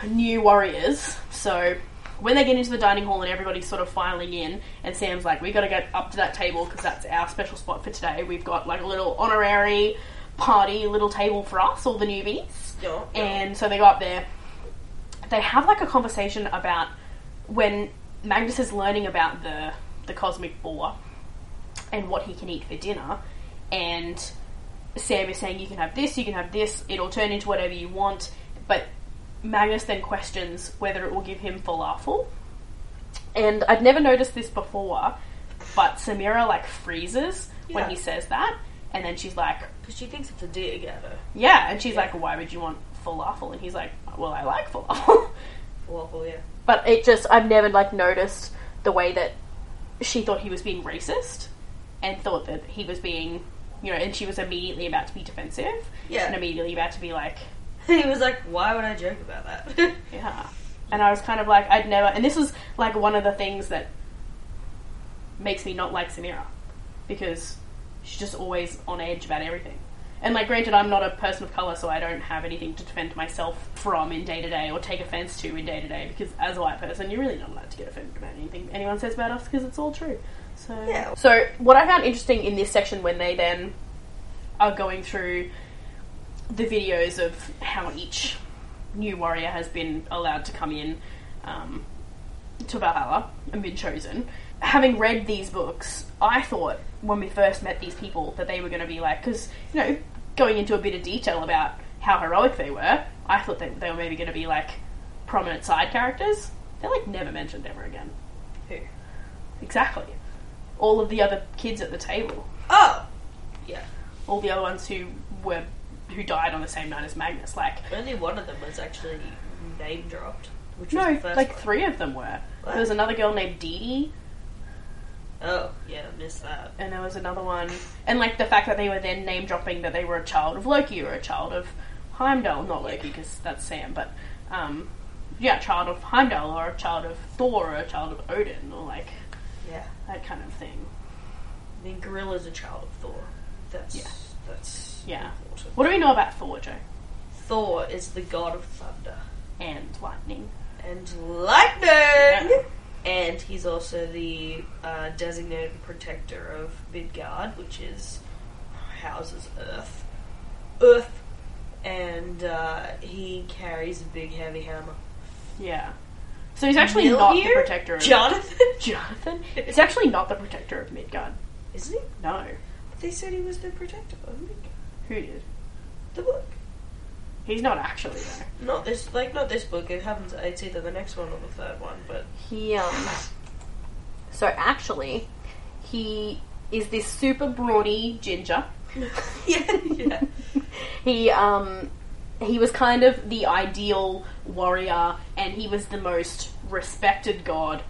Speaker 2: new warriors. So when they get into the dining hall and everybody's sort of filing in, and Sam's like, "We got to get up to that table because that's our special spot for today. We've got like a little honorary party, little table for us, all the newbies."
Speaker 3: Yeah, yeah.
Speaker 2: And so they go up there. They have like a conversation about when Magnus is learning about the the cosmic boar and what he can eat for dinner. And Sam is saying, You can have this, you can have this, it'll turn into whatever you want. But Magnus then questions whether it will give him falafel. And I'd never noticed this before, but Samira like freezes when
Speaker 3: Yeah.
Speaker 2: he says that. And then she's like,
Speaker 3: Because she thinks it's a dig at her.
Speaker 2: Yeah. And she's like, Why would you want falafel? And he's like, Well, I like falafel.
Speaker 3: Falafel, yeah.
Speaker 2: but it just I've never like noticed the way that she thought he was being racist and thought that he was being you know and she was immediately about to be defensive
Speaker 3: Yeah.
Speaker 2: and immediately about to be like
Speaker 3: He was like, why would I joke about that?
Speaker 2: yeah and I was kind of like I'd never and this is like one of the things that makes me not like Samira because she's just always on edge about everything and like granted I'm not a person of color so I don't have anything to defend myself from in day to day or take offense to in day to day because as a white person you're really not allowed to get offended about anything anyone says about us because it's all true so
Speaker 3: Yeah.
Speaker 2: so what I found interesting in this section when they then are going through the videos of how each new warrior has been allowed to come in um, to Valhalla and been chosen. Having read these books, I thought when we first met these people that they were going to be like, because, you know, going into a bit of detail about how heroic they were, I thought they, they were maybe going to be like prominent side characters. They're like never mentioned ever again.
Speaker 3: Who?
Speaker 2: Exactly. All of the other kids at the table,
Speaker 3: Oh! Yeah.
Speaker 2: all the other ones who were who died on the same night as Magnus, like
Speaker 3: Only one of them was actually name dropped, which was
Speaker 2: no,
Speaker 3: the first
Speaker 2: like
Speaker 3: one.
Speaker 2: three of them were.
Speaker 3: What?
Speaker 2: There was another girl named Dee Dee.
Speaker 3: Oh, yeah. missed that.
Speaker 2: and there was another one, and like the fact that they were then name dropping that they were a child of Loki or a child of Heimdall, not Loki because that's Sam, but um, yeah, a child of Heimdall or a child of Thor or a child of Odin or like
Speaker 3: Yeah.
Speaker 2: that kind of thing.
Speaker 3: I mean, Gorilla's a child of Thor. That's
Speaker 2: Yeah.
Speaker 3: that's
Speaker 2: Yeah.
Speaker 3: important.
Speaker 2: What do we know about Thor, Joe?
Speaker 3: Thor is the god of thunder
Speaker 2: And lightning.
Speaker 3: and lightning,
Speaker 2: Yeah.
Speaker 3: and he's also the uh, designated protector of Midgard, which is houses Earth, Earth, and uh, he carries a big heavy hammer.
Speaker 2: Yeah. So he's actually
Speaker 3: Mjolnir?
Speaker 2: not the protector of
Speaker 3: Jonathan,
Speaker 2: Jonathan. He's actually not the protector of Midgard.
Speaker 3: isn't he?
Speaker 2: No.
Speaker 3: They said he was the protector of Midgard.
Speaker 2: Who did?
Speaker 3: The book.
Speaker 2: He's not actually though.
Speaker 3: Not this, like not this book. It happens. It's either the next one or the third one. But
Speaker 2: He um So actually he is this super brawny ginger.
Speaker 3: yeah, yeah,
Speaker 2: he um he was kind of the ideal warrior and he was the most respected god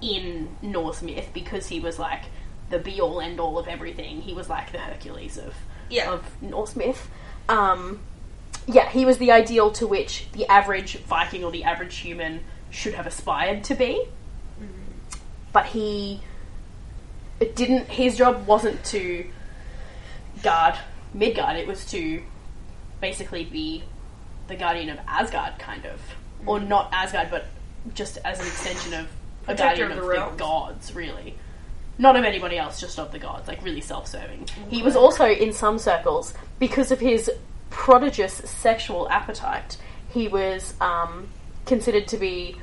Speaker 2: in Norse myth because he was like the be all end all of everything. He was like the Hercules of
Speaker 3: Yeah.
Speaker 2: of Norse myth. Um yeah, he was the ideal to which the average Viking or the average human should have aspired to be. But he it didn't his job wasn't to guard Midgard, it was to basically be the guardian of Asgard kind of. Or
Speaker 3: Mm.
Speaker 2: not Asgard but just as an extension of a
Speaker 3: Protector
Speaker 2: guardian
Speaker 3: of
Speaker 2: of
Speaker 3: the
Speaker 2: the,
Speaker 3: realms.
Speaker 2: gods, really. Not of anybody else, just of the gods, like really self serving. He was also in some circles, because of his prodigious sexual appetite, he was um, considered to be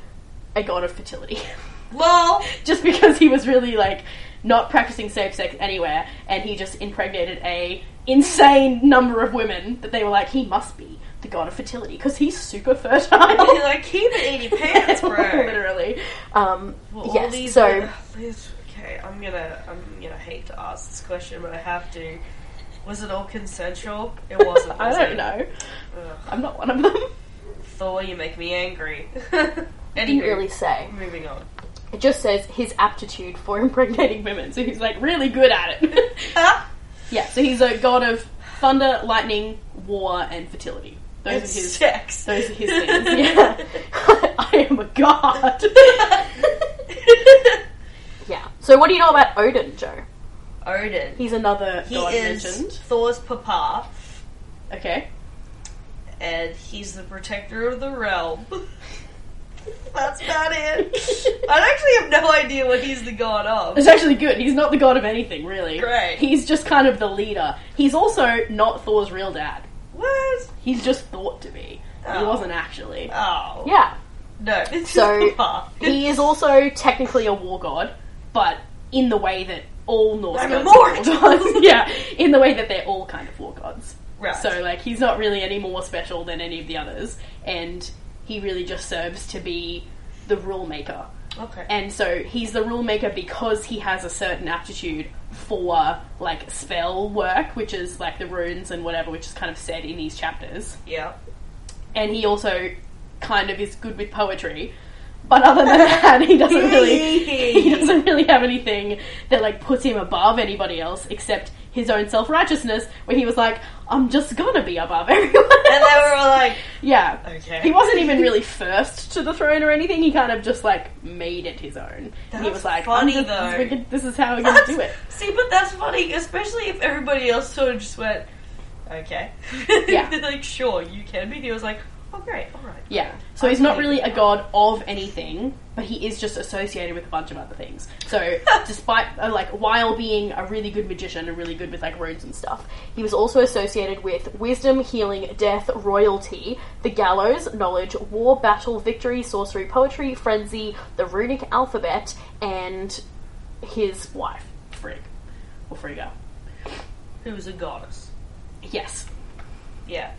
Speaker 2: a god of fertility.
Speaker 3: lol.
Speaker 2: just because he was really like not practicing safe sex anywhere and he just impregnated a insane number of women that they were like he must be the god of fertility because he's super fertile
Speaker 3: like keep it in your pants, bro.
Speaker 2: literally um
Speaker 3: Well, all
Speaker 2: yes
Speaker 3: these-
Speaker 2: so
Speaker 3: Please, okay, I'm gonna, I'm gonna hate to ask this question, but I have to. Was it all consensual? It wasn't.
Speaker 2: i
Speaker 3: was
Speaker 2: don't
Speaker 3: it?
Speaker 2: know
Speaker 3: Ugh,
Speaker 2: i'm not one of them
Speaker 3: Thor, you make me angry.
Speaker 2: didn't
Speaker 3: Anyway,
Speaker 2: really say
Speaker 3: moving on.
Speaker 2: it just says his aptitude for impregnating women so he's like really good at it
Speaker 3: Ah,
Speaker 2: yeah so he's a god of thunder lightning war and fertility those
Speaker 3: and
Speaker 2: are his
Speaker 3: sex.
Speaker 2: Those are his things. Yeah. I am a god. yeah. So what do you know about Odin, Joe?
Speaker 3: Odin.
Speaker 2: He's another
Speaker 3: He
Speaker 2: god
Speaker 3: is
Speaker 2: mentioned.
Speaker 3: Thor's papa,
Speaker 2: Okay.
Speaker 3: and he's the protector of the realm. That's about it. I actually have no idea what he's the god of.
Speaker 2: It's actually good. He's not the god of anything, really.
Speaker 3: Great.
Speaker 2: He's just kind of the leader. He's also not Thor's real dad.
Speaker 3: What?
Speaker 2: He's just thought to be. He
Speaker 3: Oh.
Speaker 2: wasn't actually.
Speaker 3: Oh.
Speaker 2: Yeah.
Speaker 3: No, it's
Speaker 2: So,
Speaker 3: just papa.
Speaker 2: He is also technically a war god, but in the way that all Norse
Speaker 3: I'm
Speaker 2: gods
Speaker 3: a
Speaker 2: are
Speaker 3: Mort.
Speaker 2: war gods. yeah, in the way that they're all kind of war gods.
Speaker 3: Right.
Speaker 2: So like he's not really any more special than any of the others, and he really just serves to be the rule maker.
Speaker 3: okay.
Speaker 2: And so he's the rule maker because he has a certain aptitude for like spell work, which is like the runes and whatever, which is kind of said in these chapters.
Speaker 3: yeah.
Speaker 2: And he also kind of is good with poetry. But other than that, he doesn't really he doesn't really have anything that like puts him above anybody else except his own self righteousness, where he was like, "I'm just gonna be above everyone."
Speaker 3: And they were all like,
Speaker 2: yeah,
Speaker 3: okay.
Speaker 2: he wasn't even really first to the throne or anything. He kind of just like made it his own. And he
Speaker 3: That's
Speaker 2: was like,
Speaker 3: funny,
Speaker 2: I'm just-
Speaker 3: though.
Speaker 2: we could- This is how we're gonna
Speaker 3: That's-
Speaker 2: do it."
Speaker 3: See, but that's funny, especially if everybody else sort of just went, okay.
Speaker 2: Yeah.
Speaker 3: They're like, sure, you can be. And he was like, oh, great, alright.
Speaker 2: Yeah. So he's not really a god of anything, but he is just associated with a bunch of other things. So despite uh, like while being a really good magician and really good with like runes and stuff, he was also associated with wisdom, healing, death, royalty, the gallows, knowledge, war, battle, victory, sorcery, poetry, frenzy, the runic alphabet, and his wife, Frigg or Frigga.
Speaker 3: Who was a goddess.
Speaker 2: Yes.
Speaker 3: Yeah.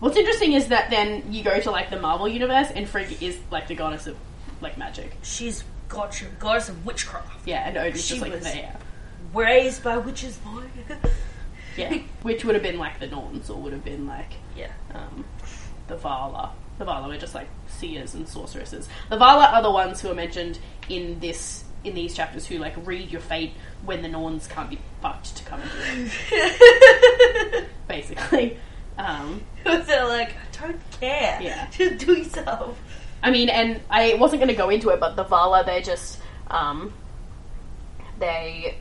Speaker 2: What's interesting is that then you go to like the Marvel universe and Frigg is like the goddess of like magic.
Speaker 3: She's got your goddess of witchcraft.
Speaker 2: Yeah, and Odin's
Speaker 3: She
Speaker 2: just like
Speaker 3: was-
Speaker 2: there.
Speaker 3: Raised by witches, boy.
Speaker 2: Yeah, which would have been like the Norns, or would have been like
Speaker 3: yeah.
Speaker 2: um, the Vala. The Vala were just like seers and sorceresses. The Vala are the ones who are mentioned in this in these chapters who like read your fate when the Norns can't be fucked to come and do it. Basically. Um,
Speaker 3: They're like, I don't care.
Speaker 2: Yeah.
Speaker 3: Just do yourself.
Speaker 2: I mean, and I wasn't going to go into it, but the Vala, they just, um, they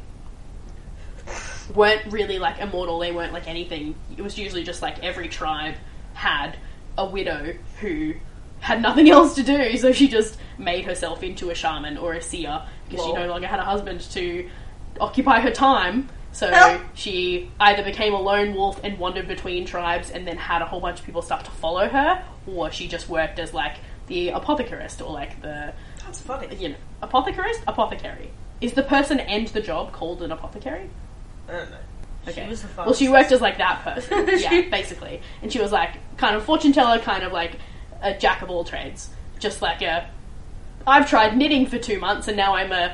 Speaker 2: weren't really like immortal. They weren't like anything. It was usually just like every tribe had a widow who had nothing else to do, so she just made herself into a shaman or a seer because she
Speaker 3: Lol.
Speaker 2: no longer had a husband to occupy her time. So
Speaker 3: Help.
Speaker 2: she either became a lone wolf and wandered between tribes and then had a whole bunch of people start to follow her, or she just worked as like the apothecarist or like the
Speaker 3: That's funny.
Speaker 2: you know apothecarist apothecary. Is the person and the job called an apothecary?
Speaker 3: I don't know.
Speaker 2: Okay.
Speaker 3: She was the
Speaker 2: well, she
Speaker 3: fastest.
Speaker 2: worked as like that person, yeah,
Speaker 3: She-
Speaker 2: basically. And she was like kind of fortune teller, kind of like a jack of all trades, just like a. I've tried knitting for two months, and now I'm a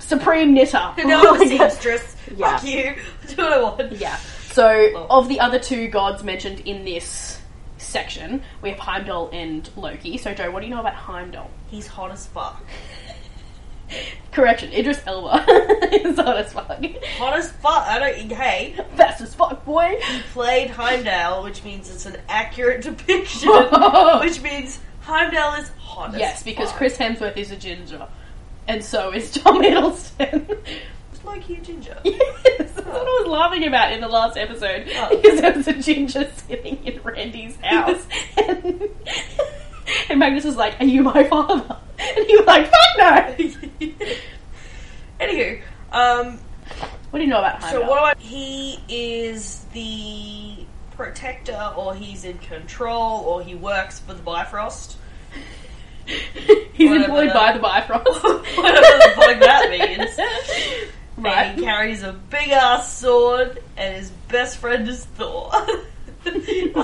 Speaker 2: supreme knitter.
Speaker 3: No, I'm a
Speaker 2: Like a-
Speaker 3: seamstress.
Speaker 2: Yeah.
Speaker 3: Fuck you. Do what I want.
Speaker 2: yeah. So,
Speaker 3: Well-
Speaker 2: of the other two gods mentioned in this section, we have Heimdall and Loki. So, Joe, what do you know about Heimdall?
Speaker 3: He's hot as fuck.
Speaker 2: Correction, Idris Elba is hot as fuck.
Speaker 3: Hot as fuck. I don't. Hey,
Speaker 2: Fast as fuck, boy.
Speaker 3: played Heimdall, which means it's an accurate depiction. which means Heimdall is hot as
Speaker 2: yes, because
Speaker 3: fuck.
Speaker 2: Chris Hemsworth is a ginger, and so is Tom Hiddleston.
Speaker 3: It's like you, Ginger.
Speaker 2: yes, that's what I was laughing about in the last episode
Speaker 3: Oh.
Speaker 2: because there was a ginger sitting in Randy's house, and, and Magnus was like, "Are you my father?" And he was like, "Fuck no."
Speaker 3: Anywho, um,
Speaker 2: What do you know about Heimdall?
Speaker 3: so what do I. He is the protector, or he's in control, or he works for the Bifrost.
Speaker 2: He's
Speaker 3: Whatever
Speaker 2: employed
Speaker 3: the-
Speaker 2: by the Bifrost.
Speaker 3: Whatever the fuck that means. And he
Speaker 2: Right.
Speaker 3: carries a big ass sword, and his best friend is Thor. That's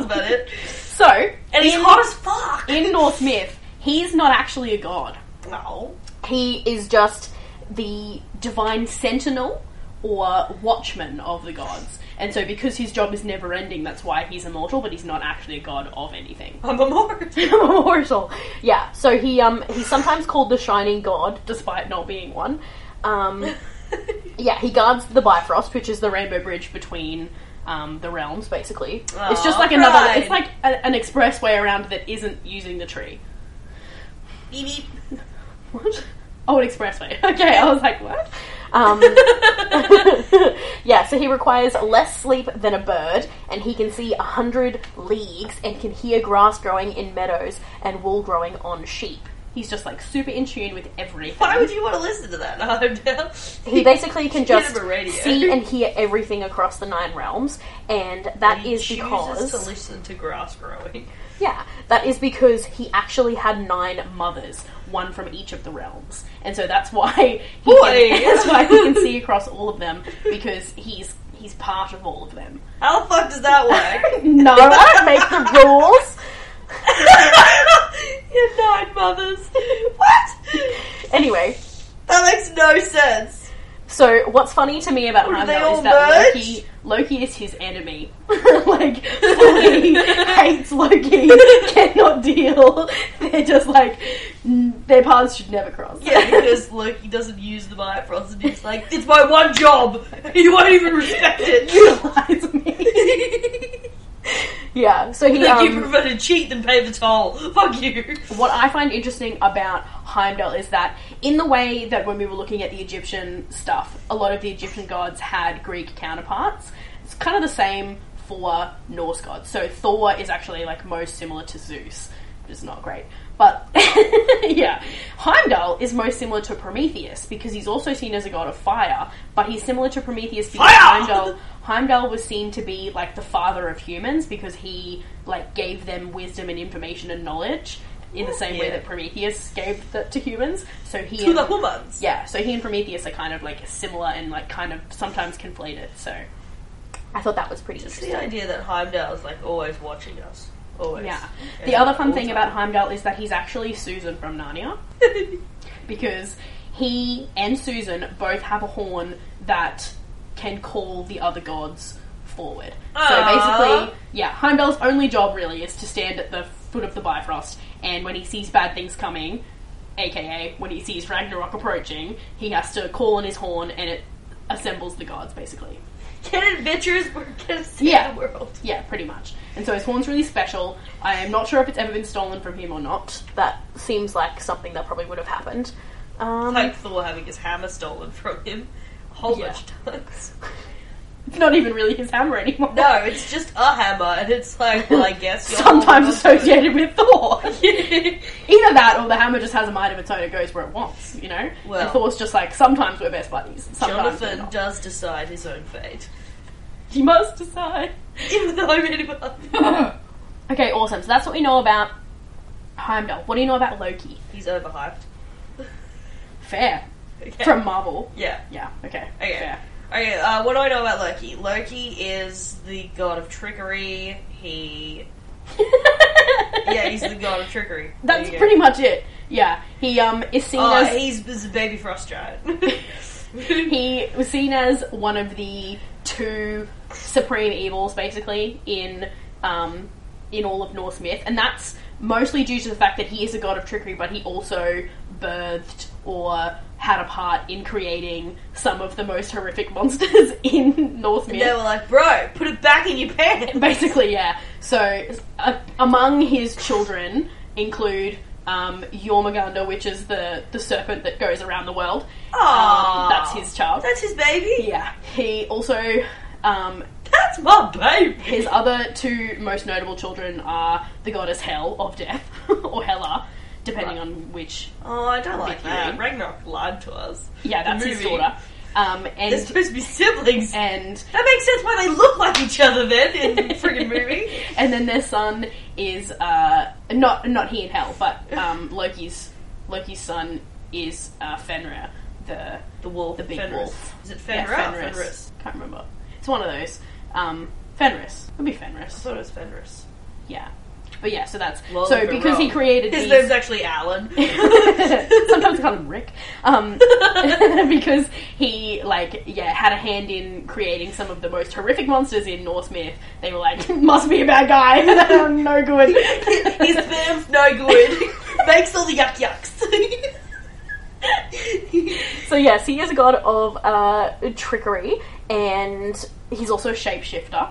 Speaker 3: about it.
Speaker 2: So,
Speaker 3: And he's
Speaker 2: in,
Speaker 3: hot as fuck!
Speaker 2: in North myth, he's not actually a god.
Speaker 3: No.
Speaker 2: He is just the divine sentinel or watchman of the gods. And so, because his job is never ending, that's why he's immortal, but he's not actually a god of anything.
Speaker 3: I'm a Morris.
Speaker 2: immortal. Yeah. So he um he's sometimes called the shining god, despite not being one. Um, yeah, he guards the Bifrost, which is the rainbow bridge between um, the realms, basically. it's just
Speaker 3: Aw,
Speaker 2: like another.
Speaker 3: pride.
Speaker 2: It's like a, an expressway around that isn't using the tree.
Speaker 3: beep beep.
Speaker 2: What? Oh, an expressway. Okay, I was like, what? Um, yeah, so he requires less sleep than a bird, and he can see a hundred leagues, and can hear grass growing in meadows and wool growing on sheep. He's just like super in tune with everything.
Speaker 3: Why would you want to listen to that? I'm down.
Speaker 2: He basically can
Speaker 3: Bit of
Speaker 2: just
Speaker 3: a radio.
Speaker 2: see and hear everything across the nine realms, and that
Speaker 3: He
Speaker 2: is
Speaker 3: chooses
Speaker 2: because
Speaker 3: to listen to grass growing.
Speaker 2: yeah, that is because he actually had nine mothers, one from each of the realms, and so that's why he
Speaker 3: Boy!
Speaker 2: can, that's why he can see across all of them because he's he's part of all of them.
Speaker 3: How the fuck does that work?
Speaker 2: Noah make the rules.
Speaker 3: Your nine mothers. What?
Speaker 2: Anyway,
Speaker 3: That makes no sense.
Speaker 2: So what's funny to me about
Speaker 3: Were they
Speaker 2: Heimdall
Speaker 3: all
Speaker 2: is that
Speaker 3: merged?
Speaker 2: Loki Loki is his enemy. like Loki hates Loki, cannot deal. They're just like n- their paths should never cross.
Speaker 3: Yeah, because Loki doesn't use the Bifrost and he's like, it's my one job! You won't even respect it!
Speaker 2: Utilize me. Yeah. So he
Speaker 3: like, you
Speaker 2: um,
Speaker 3: prefer to cheat than pay the toll. Fuck you!
Speaker 2: what I find interesting about Heimdall is that in the way that when we were looking at the Egyptian stuff, a lot of the Egyptian gods had Greek counterparts. It's kind of the same for Norse gods. So Thor is actually like most similar to Zeus, which is not great. But yeah, Heimdall is most similar to Prometheus because he's also seen as a god of fire, but he's similar to Prometheus because
Speaker 3: Fire!
Speaker 2: Heimdall Heimdall was seen to be like the father of humans because he like gave them wisdom and information and knowledge in the same way
Speaker 3: Yeah.
Speaker 2: that Prometheus gave that to humans. So he
Speaker 3: To the
Speaker 2: and-
Speaker 3: humans!
Speaker 2: yeah, so he and Prometheus are kind of like similar and like kind of sometimes conflated. So I thought that was pretty
Speaker 3: It's the idea that Heimdall is like always watching us. Always.
Speaker 2: Yeah.
Speaker 3: And
Speaker 2: The other fun
Speaker 3: all
Speaker 2: thing
Speaker 3: the
Speaker 2: about
Speaker 3: time.
Speaker 2: Heimdall is that he's actually Susan from Narnia. because he and Susan both have a horn that can call the other gods forward. So
Speaker 3: Aw.
Speaker 2: basically, yeah, Heimdall's only job really is to stand at the foot of the Bifrost, and when he sees bad things coming, aka when he sees Ragnarok approaching, he has to call on his horn and it assembles the gods, basically.
Speaker 3: Get adventurous because save
Speaker 2: Yeah.
Speaker 3: the world.
Speaker 2: Yeah, pretty much. And so his horn's really special. I am not sure if it's ever been stolen from him or not. That seems like something that probably would have happened. Um,
Speaker 3: Like Thor having his hammer stolen from him a whole
Speaker 2: Yeah.
Speaker 3: bunch of times.
Speaker 2: it's not even really his hammer anymore.
Speaker 3: No, it's just a hammer, and it's like, well, I guess you're
Speaker 2: Sometimes
Speaker 3: holding
Speaker 2: associated with Thor.
Speaker 3: on to it.
Speaker 2: Either that or the hammer just has a mind of its own, it goes where it wants, you know?
Speaker 3: Well-
Speaker 2: and Thor's just like, sometimes we're best buddies. Sometimes we're
Speaker 3: Jonathan
Speaker 2: not.
Speaker 3: does decide his own fate.
Speaker 2: He must decide.
Speaker 3: Even though I made him up.
Speaker 2: Okay, awesome. So that's what we know about Heimdall. What do you know about Loki?
Speaker 3: He's overhyped.
Speaker 2: Fair.
Speaker 3: Okay.
Speaker 2: From Marvel.
Speaker 3: Yeah.
Speaker 2: Yeah, okay.
Speaker 3: Okay.
Speaker 2: Fair.
Speaker 3: Okay, uh, what do I know about Loki? Loki is the god of trickery. He. Yeah, he's the god of trickery. There
Speaker 2: That's
Speaker 3: you go.
Speaker 2: pretty much it. Yeah. He um is seen
Speaker 3: Oh,
Speaker 2: as
Speaker 3: he's, he's a baby frost giant.
Speaker 2: he was seen as one of the two supreme evils, basically in um, in all of Norse myth, and that's mostly due to the fact that he is a god of trickery, but he also birthed or had a part in creating some of the most horrific monsters in Norse myth.
Speaker 3: And they were like, bro, put it back in your pants.
Speaker 2: Basically, yeah. So, uh, among his children include um, Jormungandr, which is the, the serpent that goes around the world. Um,
Speaker 3: Aw. Ah.
Speaker 2: that's his child.
Speaker 3: That's his baby.
Speaker 2: Yeah. He also, um,
Speaker 3: That's my baby.
Speaker 2: his other two most notable children are the goddess Hel of death, or Hela, depending
Speaker 3: Right.
Speaker 2: on which.
Speaker 3: Oh, I don't like
Speaker 2: Big
Speaker 3: that.
Speaker 2: baby.
Speaker 3: Ragnarok lied to us.
Speaker 2: Yeah,
Speaker 3: The
Speaker 2: that's his
Speaker 3: movie.
Speaker 2: daughter. Um,
Speaker 3: They're
Speaker 2: and,
Speaker 3: supposed to be siblings.
Speaker 2: and
Speaker 3: That makes sense why they look like each other then in the friggin' movie.
Speaker 2: and then their son is uh, not not he in hell, but um, Loki's Loki's son is uh, Fenrir, the
Speaker 3: The wolf.
Speaker 2: The big
Speaker 3: Fenris.
Speaker 2: wolf.
Speaker 3: Is it
Speaker 2: yeah,
Speaker 3: Fenrir? or
Speaker 2: Fenris.
Speaker 3: Fenris.
Speaker 2: Can't remember. It's one of those. Um, Fenris. It'll be Fenris.
Speaker 3: I thought it was Fenris.
Speaker 2: Yeah. But yeah, so that's
Speaker 3: Well,
Speaker 2: so
Speaker 3: we're
Speaker 2: because he
Speaker 3: wrong.
Speaker 2: created
Speaker 3: His
Speaker 2: these.
Speaker 3: name's actually Alan.
Speaker 2: Sometimes I call him Rick, um, because he like yeah had a hand in creating some of the most horrific monsters in Norse myth. They were like, must be a bad guy, no good.
Speaker 3: His name's no good. Makes all the yuck yucks.
Speaker 2: So yes, he is a god of uh, trickery, and he's also a shapeshifter.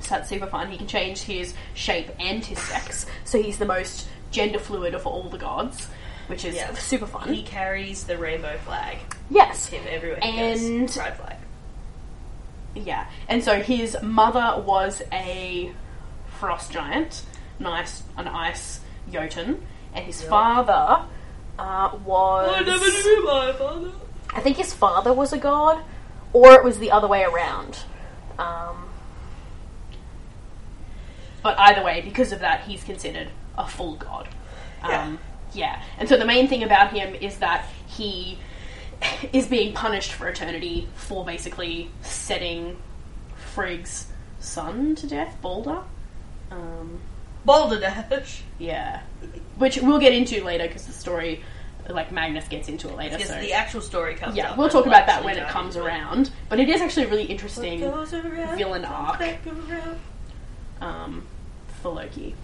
Speaker 2: So that's super fun. He can change his shape and his sex. So he's the most gender fluid of all the gods, which is
Speaker 3: Yeah.
Speaker 2: super fun.
Speaker 3: he carries the rainbow flag.
Speaker 2: yes.
Speaker 3: Him everywhere he
Speaker 2: And-
Speaker 3: goes. Pride flag.
Speaker 2: Yeah. And so his mother was a frost giant, nice an ice jotun, and his father uh, was
Speaker 3: I never knew my father.
Speaker 2: I think his father was a god, or it was the other way around. Um, but either way, because of that, he's considered a full god. Um, yeah. And so the main thing about him is that he is being punished for eternity for basically setting Frigg's son to death, Balder. Um,
Speaker 3: Balderdash.
Speaker 2: yeah. Which we'll get into later because the story, like Magnus gets into it later.
Speaker 3: Yes,
Speaker 2: so
Speaker 3: the actual story comes
Speaker 2: yeah,
Speaker 3: up.
Speaker 2: we'll
Speaker 3: and
Speaker 2: talk
Speaker 3: we'll
Speaker 2: about that
Speaker 3: actually
Speaker 2: when it
Speaker 3: dive
Speaker 2: comes
Speaker 3: into it.
Speaker 2: around. But it is actually a really interesting
Speaker 3: Goes around,
Speaker 2: villain
Speaker 3: comes
Speaker 2: arc.
Speaker 3: back around.
Speaker 2: um, for Loki.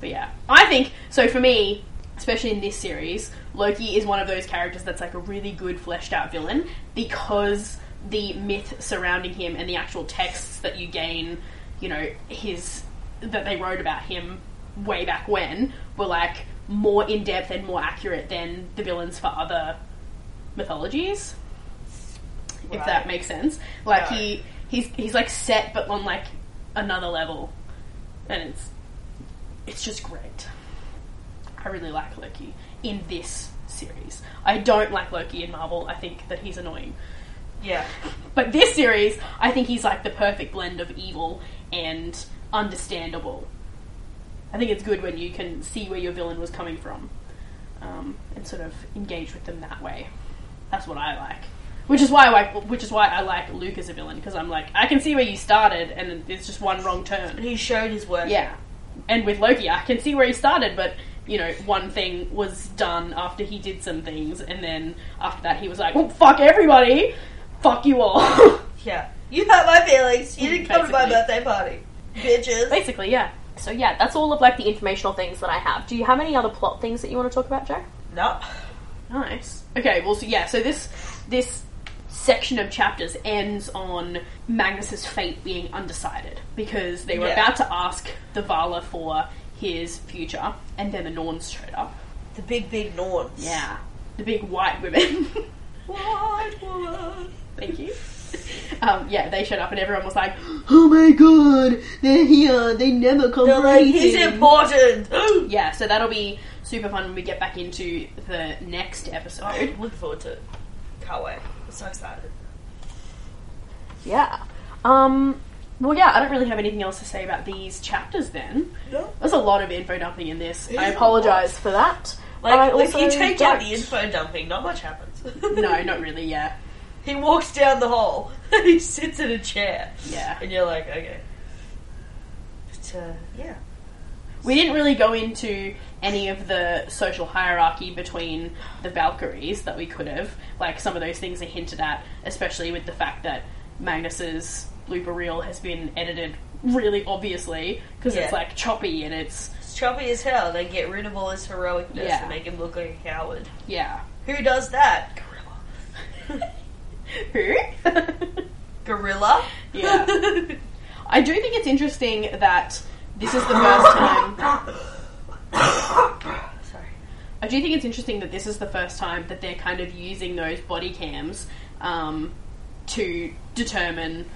Speaker 2: But yeah, I think so. For me, especially in this series, Loki is one of those characters that's like a really good fleshed out villain because the myth surrounding him and the actual texts that you gain, you know, his that they wrote about him way back when were like more in depth and more accurate than the villains for other mythologies if
Speaker 3: Right.
Speaker 2: that makes sense. Like
Speaker 3: No.
Speaker 2: he he's he's like set but on like another level. And it's it's just great. I really like Loki in this series. I don't like Loki in Marvel. I think that he's annoying.
Speaker 3: Yeah.
Speaker 2: But this series, I think he's like the perfect blend of evil and understandable. I think it's good when you can see where your villain was coming from um, and sort of engage with them that way. That's what I like. Which is why I like, which is why I like Luke as a villain because I'm like I can see where you started and it's just one wrong turn.
Speaker 3: He showed his work.
Speaker 2: Yeah. And with Loki, I can see where he started, but you know, one thing was done after he did some things, and then after that, he was like, "Well, fuck everybody, fuck you all."
Speaker 3: Yeah. You hurt my feelings. You didn't come to my
Speaker 2: Basically.
Speaker 3: birthday party. Bitches.
Speaker 2: Basically, yeah. So yeah, that's all of like the informational things that I have. Do you have any other plot things that you want to talk about, Joe?
Speaker 3: Nope.
Speaker 2: Nice. Okay, well, so yeah, so this this section of chapters ends on Magnus's fate being undecided because they were
Speaker 3: Yeah.
Speaker 2: about to ask the Vala for his future, and then the Norns showed up.
Speaker 3: The big, big Norns.
Speaker 2: Yeah, the big white women.
Speaker 3: What? What?
Speaker 2: Thank you. Um, yeah, they showed up and everyone was like, "Oh my god, they're here! They never come
Speaker 3: They're
Speaker 2: for
Speaker 3: like,
Speaker 2: anything."
Speaker 3: he's important. Oh, I'm
Speaker 2: Yeah, so that'll be super fun when we get back into the next episode.
Speaker 3: looking forward to it. Can't wait. I'm so excited.
Speaker 2: Yeah. Um, well, yeah, I don't really have anything else to say about these chapters then.
Speaker 3: No.
Speaker 2: There's a lot of info dumping in this.
Speaker 3: It
Speaker 2: I
Speaker 3: is a
Speaker 2: apologise for that. I
Speaker 3: Like, if
Speaker 2: also
Speaker 3: you take out the
Speaker 2: don't-
Speaker 3: info dumping, not much happens.
Speaker 2: No, not really, yeah.
Speaker 3: He walks down the hall. he sits in a chair.
Speaker 2: Yeah.
Speaker 3: And you're like, okay. But, uh, yeah.
Speaker 2: We didn't really go into any of the social hierarchy between the Valkyries that we could have. Like, some of those things are hinted at, especially with the fact that Magnus's blooper reel has been edited really obviously, because
Speaker 3: Yeah.
Speaker 2: it's like choppy and it's,
Speaker 3: It's choppy as hell. They get rid of all his heroicness
Speaker 2: Yeah.
Speaker 3: and make him look like a coward.
Speaker 2: yeah.
Speaker 3: Who does that? Gorilla.
Speaker 2: Who?
Speaker 3: Gorilla?
Speaker 2: Yeah. I do think it's interesting that this is the first time.
Speaker 3: Sorry.
Speaker 2: I do think it's interesting that this is the first time that they're kind of using those body cams um, to determine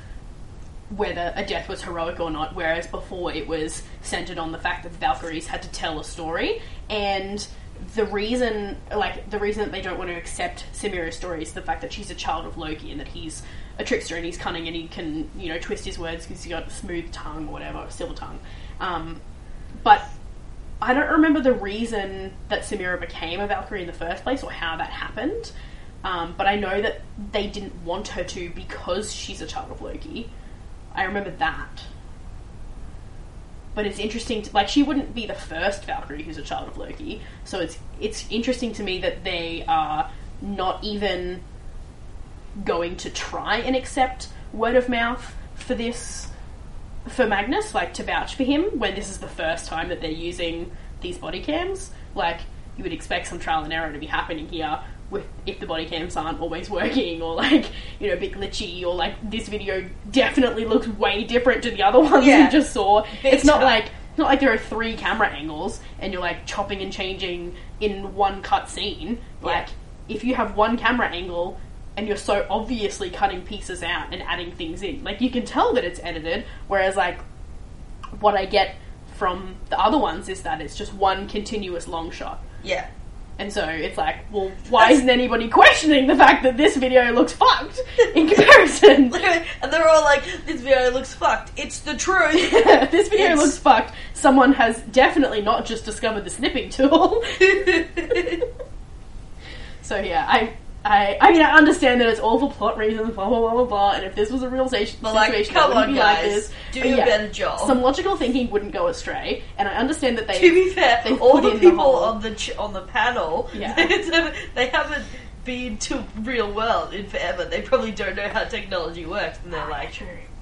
Speaker 2: whether a death was heroic or not, whereas before it was centered on the fact that the Valkyries had to tell a story and. The reason, like the reason that they don't want to accept Samira's story is the fact that she's a child of Loki and that he's a trickster and he's cunning and he can, you know, twist his words because he's got a smooth tongue or whatever, silver tongue. Um, but I don't remember the reason that Samira became a Valkyrie in the first place or how that happened. Um, but I know that they didn't want her to because she's a child of Loki. I remember that. But it's interesting, to, like she wouldn't be the first Valkyrie who's a child of Loki. So it's it's interesting to me that they are not even going to try and accept word of mouth for this for Magnus, like to vouch for him when this is the first time that they're using these body cams. Like you would expect some trial and error to be happening here with if the body cams aren't always working or like you know a bit glitchy or like this video definitely looks way different to the other ones
Speaker 3: Yeah.
Speaker 2: you just saw.
Speaker 3: Big
Speaker 2: it's not
Speaker 3: time.
Speaker 2: like it's not like there are three camera angles and you're like chopping and changing in one cut scene. Like if you have one camera angle and you're so obviously cutting pieces out and adding things in, like you can tell that it's edited. Whereas like what I get from the other ones is that it's just one continuous long shot.
Speaker 3: Yeah.
Speaker 2: And so it's like, well, why isn't anybody questioning the fact that this video looks fucked in comparison?
Speaker 3: and they're all like, this video looks fucked. It's the truth.
Speaker 2: this video
Speaker 3: It's-
Speaker 2: looks fucked. Someone has definitely not just discovered the snipping tool. so yeah, I, I, I mean, I understand that it's all for plot reasons, blah blah blah blah blah. And if this was a real sa-
Speaker 3: But
Speaker 2: situation,
Speaker 3: like,
Speaker 2: it
Speaker 3: come
Speaker 2: wouldn't
Speaker 3: on,
Speaker 2: be like
Speaker 3: guys.
Speaker 2: this.
Speaker 3: do
Speaker 2: But
Speaker 3: a
Speaker 2: yeah,
Speaker 3: better job.
Speaker 2: Some logical thinking wouldn't go astray, and I understand that
Speaker 3: to
Speaker 2: they.
Speaker 3: be fair,
Speaker 2: They've
Speaker 3: all
Speaker 2: put
Speaker 3: the
Speaker 2: in the
Speaker 3: people
Speaker 2: whole-
Speaker 3: on the ch- on the panel,
Speaker 2: Yeah.
Speaker 3: they haven't been to real world in forever. They probably don't know how technology works, and they're like,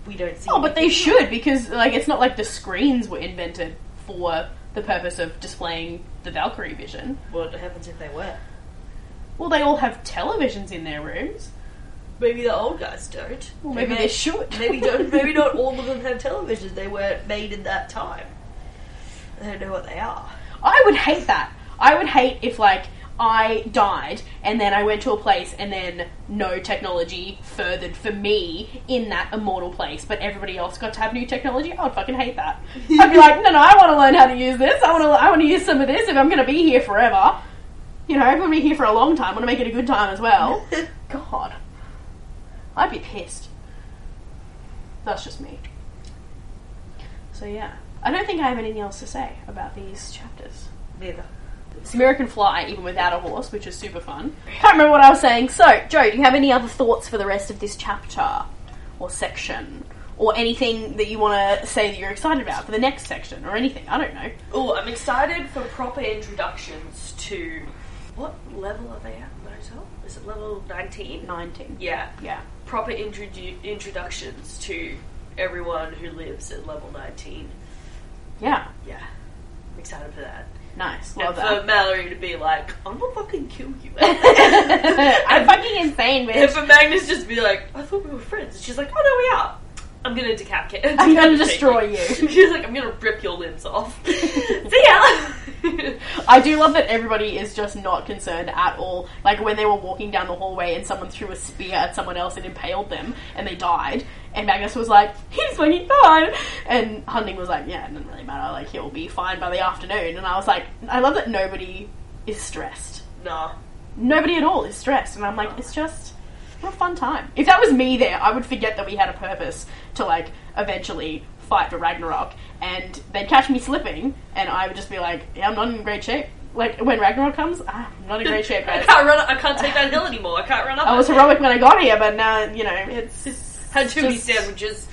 Speaker 3: we don't see.
Speaker 2: Oh, but
Speaker 3: anything."
Speaker 2: they should because like it's not like the screens were invented for the purpose of displaying the Valkyrie vision.
Speaker 3: What happens if they were?
Speaker 2: Well, they all have televisions in their rooms.
Speaker 3: Maybe the old guys don't.
Speaker 2: Well, maybe they should.
Speaker 3: Maybe don't. Maybe not all of them have televisions. They weren't made in that time. I don't know what they are.
Speaker 2: I would hate that. I would hate if like I died and then I went to a place and then no technology furthered for me in that immortal place, but everybody else got to have new technology. I would fucking hate that. I'd be like, no, no, I want to learn how to use this. I want to, I want to use some of this if I'm going to be here forever. You know, I'm going to be here for a long time. I want to make it a good time as well. God, I'd be pissed. That's just me. So yeah, I don't think I have anything else to say about these chapters.
Speaker 3: Neither.
Speaker 2: Samira can fly even without a horse, which is super fun. Can't remember what I was saying. So, Joe, do you have any other thoughts for the rest of this chapter or section? Or anything that you want to say that you're excited about for the next section or anything? I don't know.
Speaker 3: Oh, I'm excited for proper introductions to. What level are they at in Motel? Is it level 19?
Speaker 2: 19.
Speaker 3: Yeah.
Speaker 2: Yeah.
Speaker 3: Proper introdu- introductions to everyone who lives at level 19.
Speaker 2: Yeah.
Speaker 3: Yeah. I'm excited for that.
Speaker 2: Nice.
Speaker 3: And
Speaker 2: Love
Speaker 3: for
Speaker 2: that.
Speaker 3: Mallory to be like, I'm gonna fucking kill you.
Speaker 2: I'm fucking insane, bitch.
Speaker 3: and for Magnus just be like, I thought we were friends. And she's like, Oh no, we are. I'm gonna decapitate.
Speaker 2: I'm gonna
Speaker 3: decapitate
Speaker 2: destroy you.
Speaker 3: She's like, I'm gonna rip your limbs off. See ya.
Speaker 2: I do love that everybody is just not concerned at all. Like when they were walking down the hallway and someone threw a spear at someone else and impaled them and they died. And Magnus was like, he's fucking died. And Hunting was like, yeah, it doesn't really matter. Like he'll be fine by the afternoon. And I was like, I love that nobody is stressed.
Speaker 3: nah.
Speaker 2: Nobody at all is stressed. And I'm like, it's just what a fun time. If that was me there, I would forget that we had a purpose to like eventually fight for Ragnarok, and they'd catch me slipping, and I would just be like, yeah, I'm not in great shape. Like when Ragnarok comes, ah, I'm not in great shape.
Speaker 3: I
Speaker 2: Guys.
Speaker 3: can't run. Up, I can't take that hill anymore. I can't run up.
Speaker 2: I was
Speaker 3: it.
Speaker 2: heroic when I got here, but now you know it's just
Speaker 3: Had too many
Speaker 2: just-
Speaker 3: sandwiches.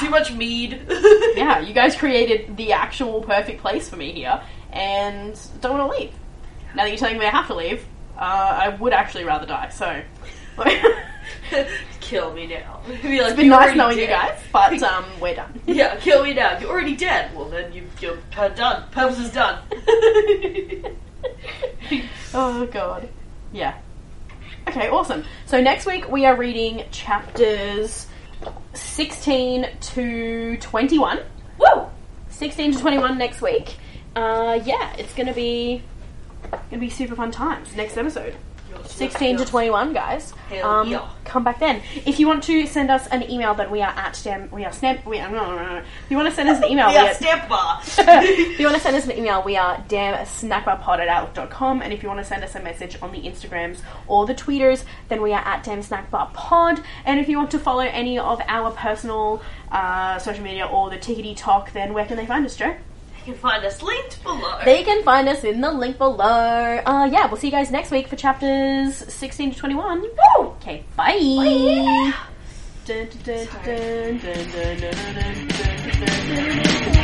Speaker 3: Too much mead.
Speaker 2: Yeah, you guys created the actual perfect place for me here, and don't want to leave. Now that you're telling me I have to leave, uh, I would actually rather die. So.
Speaker 3: kill me now. Be like,
Speaker 2: It's been
Speaker 3: "You're
Speaker 2: nice
Speaker 3: already
Speaker 2: knowing you
Speaker 3: dead."
Speaker 2: guys, but um, we're done.
Speaker 3: Yeah, kill me now. You're already dead. Well, then you, you're kind of done. Purpose is done.
Speaker 2: oh god. Yeah. Okay, awesome. So next week we are reading chapters 16 to 21. Woo! 16 to 21 next week. Uh, yeah, it's gonna be gonna be super fun times next episode. 16 to 21 guys
Speaker 3: Hell
Speaker 2: um,
Speaker 3: yeah.
Speaker 2: come back then if you want to send us an email then we are at stamp we are snap we are no, no, no, no. if you want to send us an email we
Speaker 3: Yeah,
Speaker 2: are-
Speaker 3: step bar.
Speaker 2: if you want to send us an email, we are damnsnackbarpod at outlook.com. And if you want to send us a message on the Instagrams or the tweeters, then we are at damnsnackbarpod. And if you want to follow any of our personal uh, social media or the tickety talk, then where can they find us, Joe?
Speaker 3: You can find us linked below.
Speaker 2: They can find us in the link below. Uh, yeah, we'll see you guys next week for chapters 16 to 21. Woo! Okay, bye. Dun, dun, dun, dun, dun, dun, dun, dun, dun, dun, dun, dun, dun.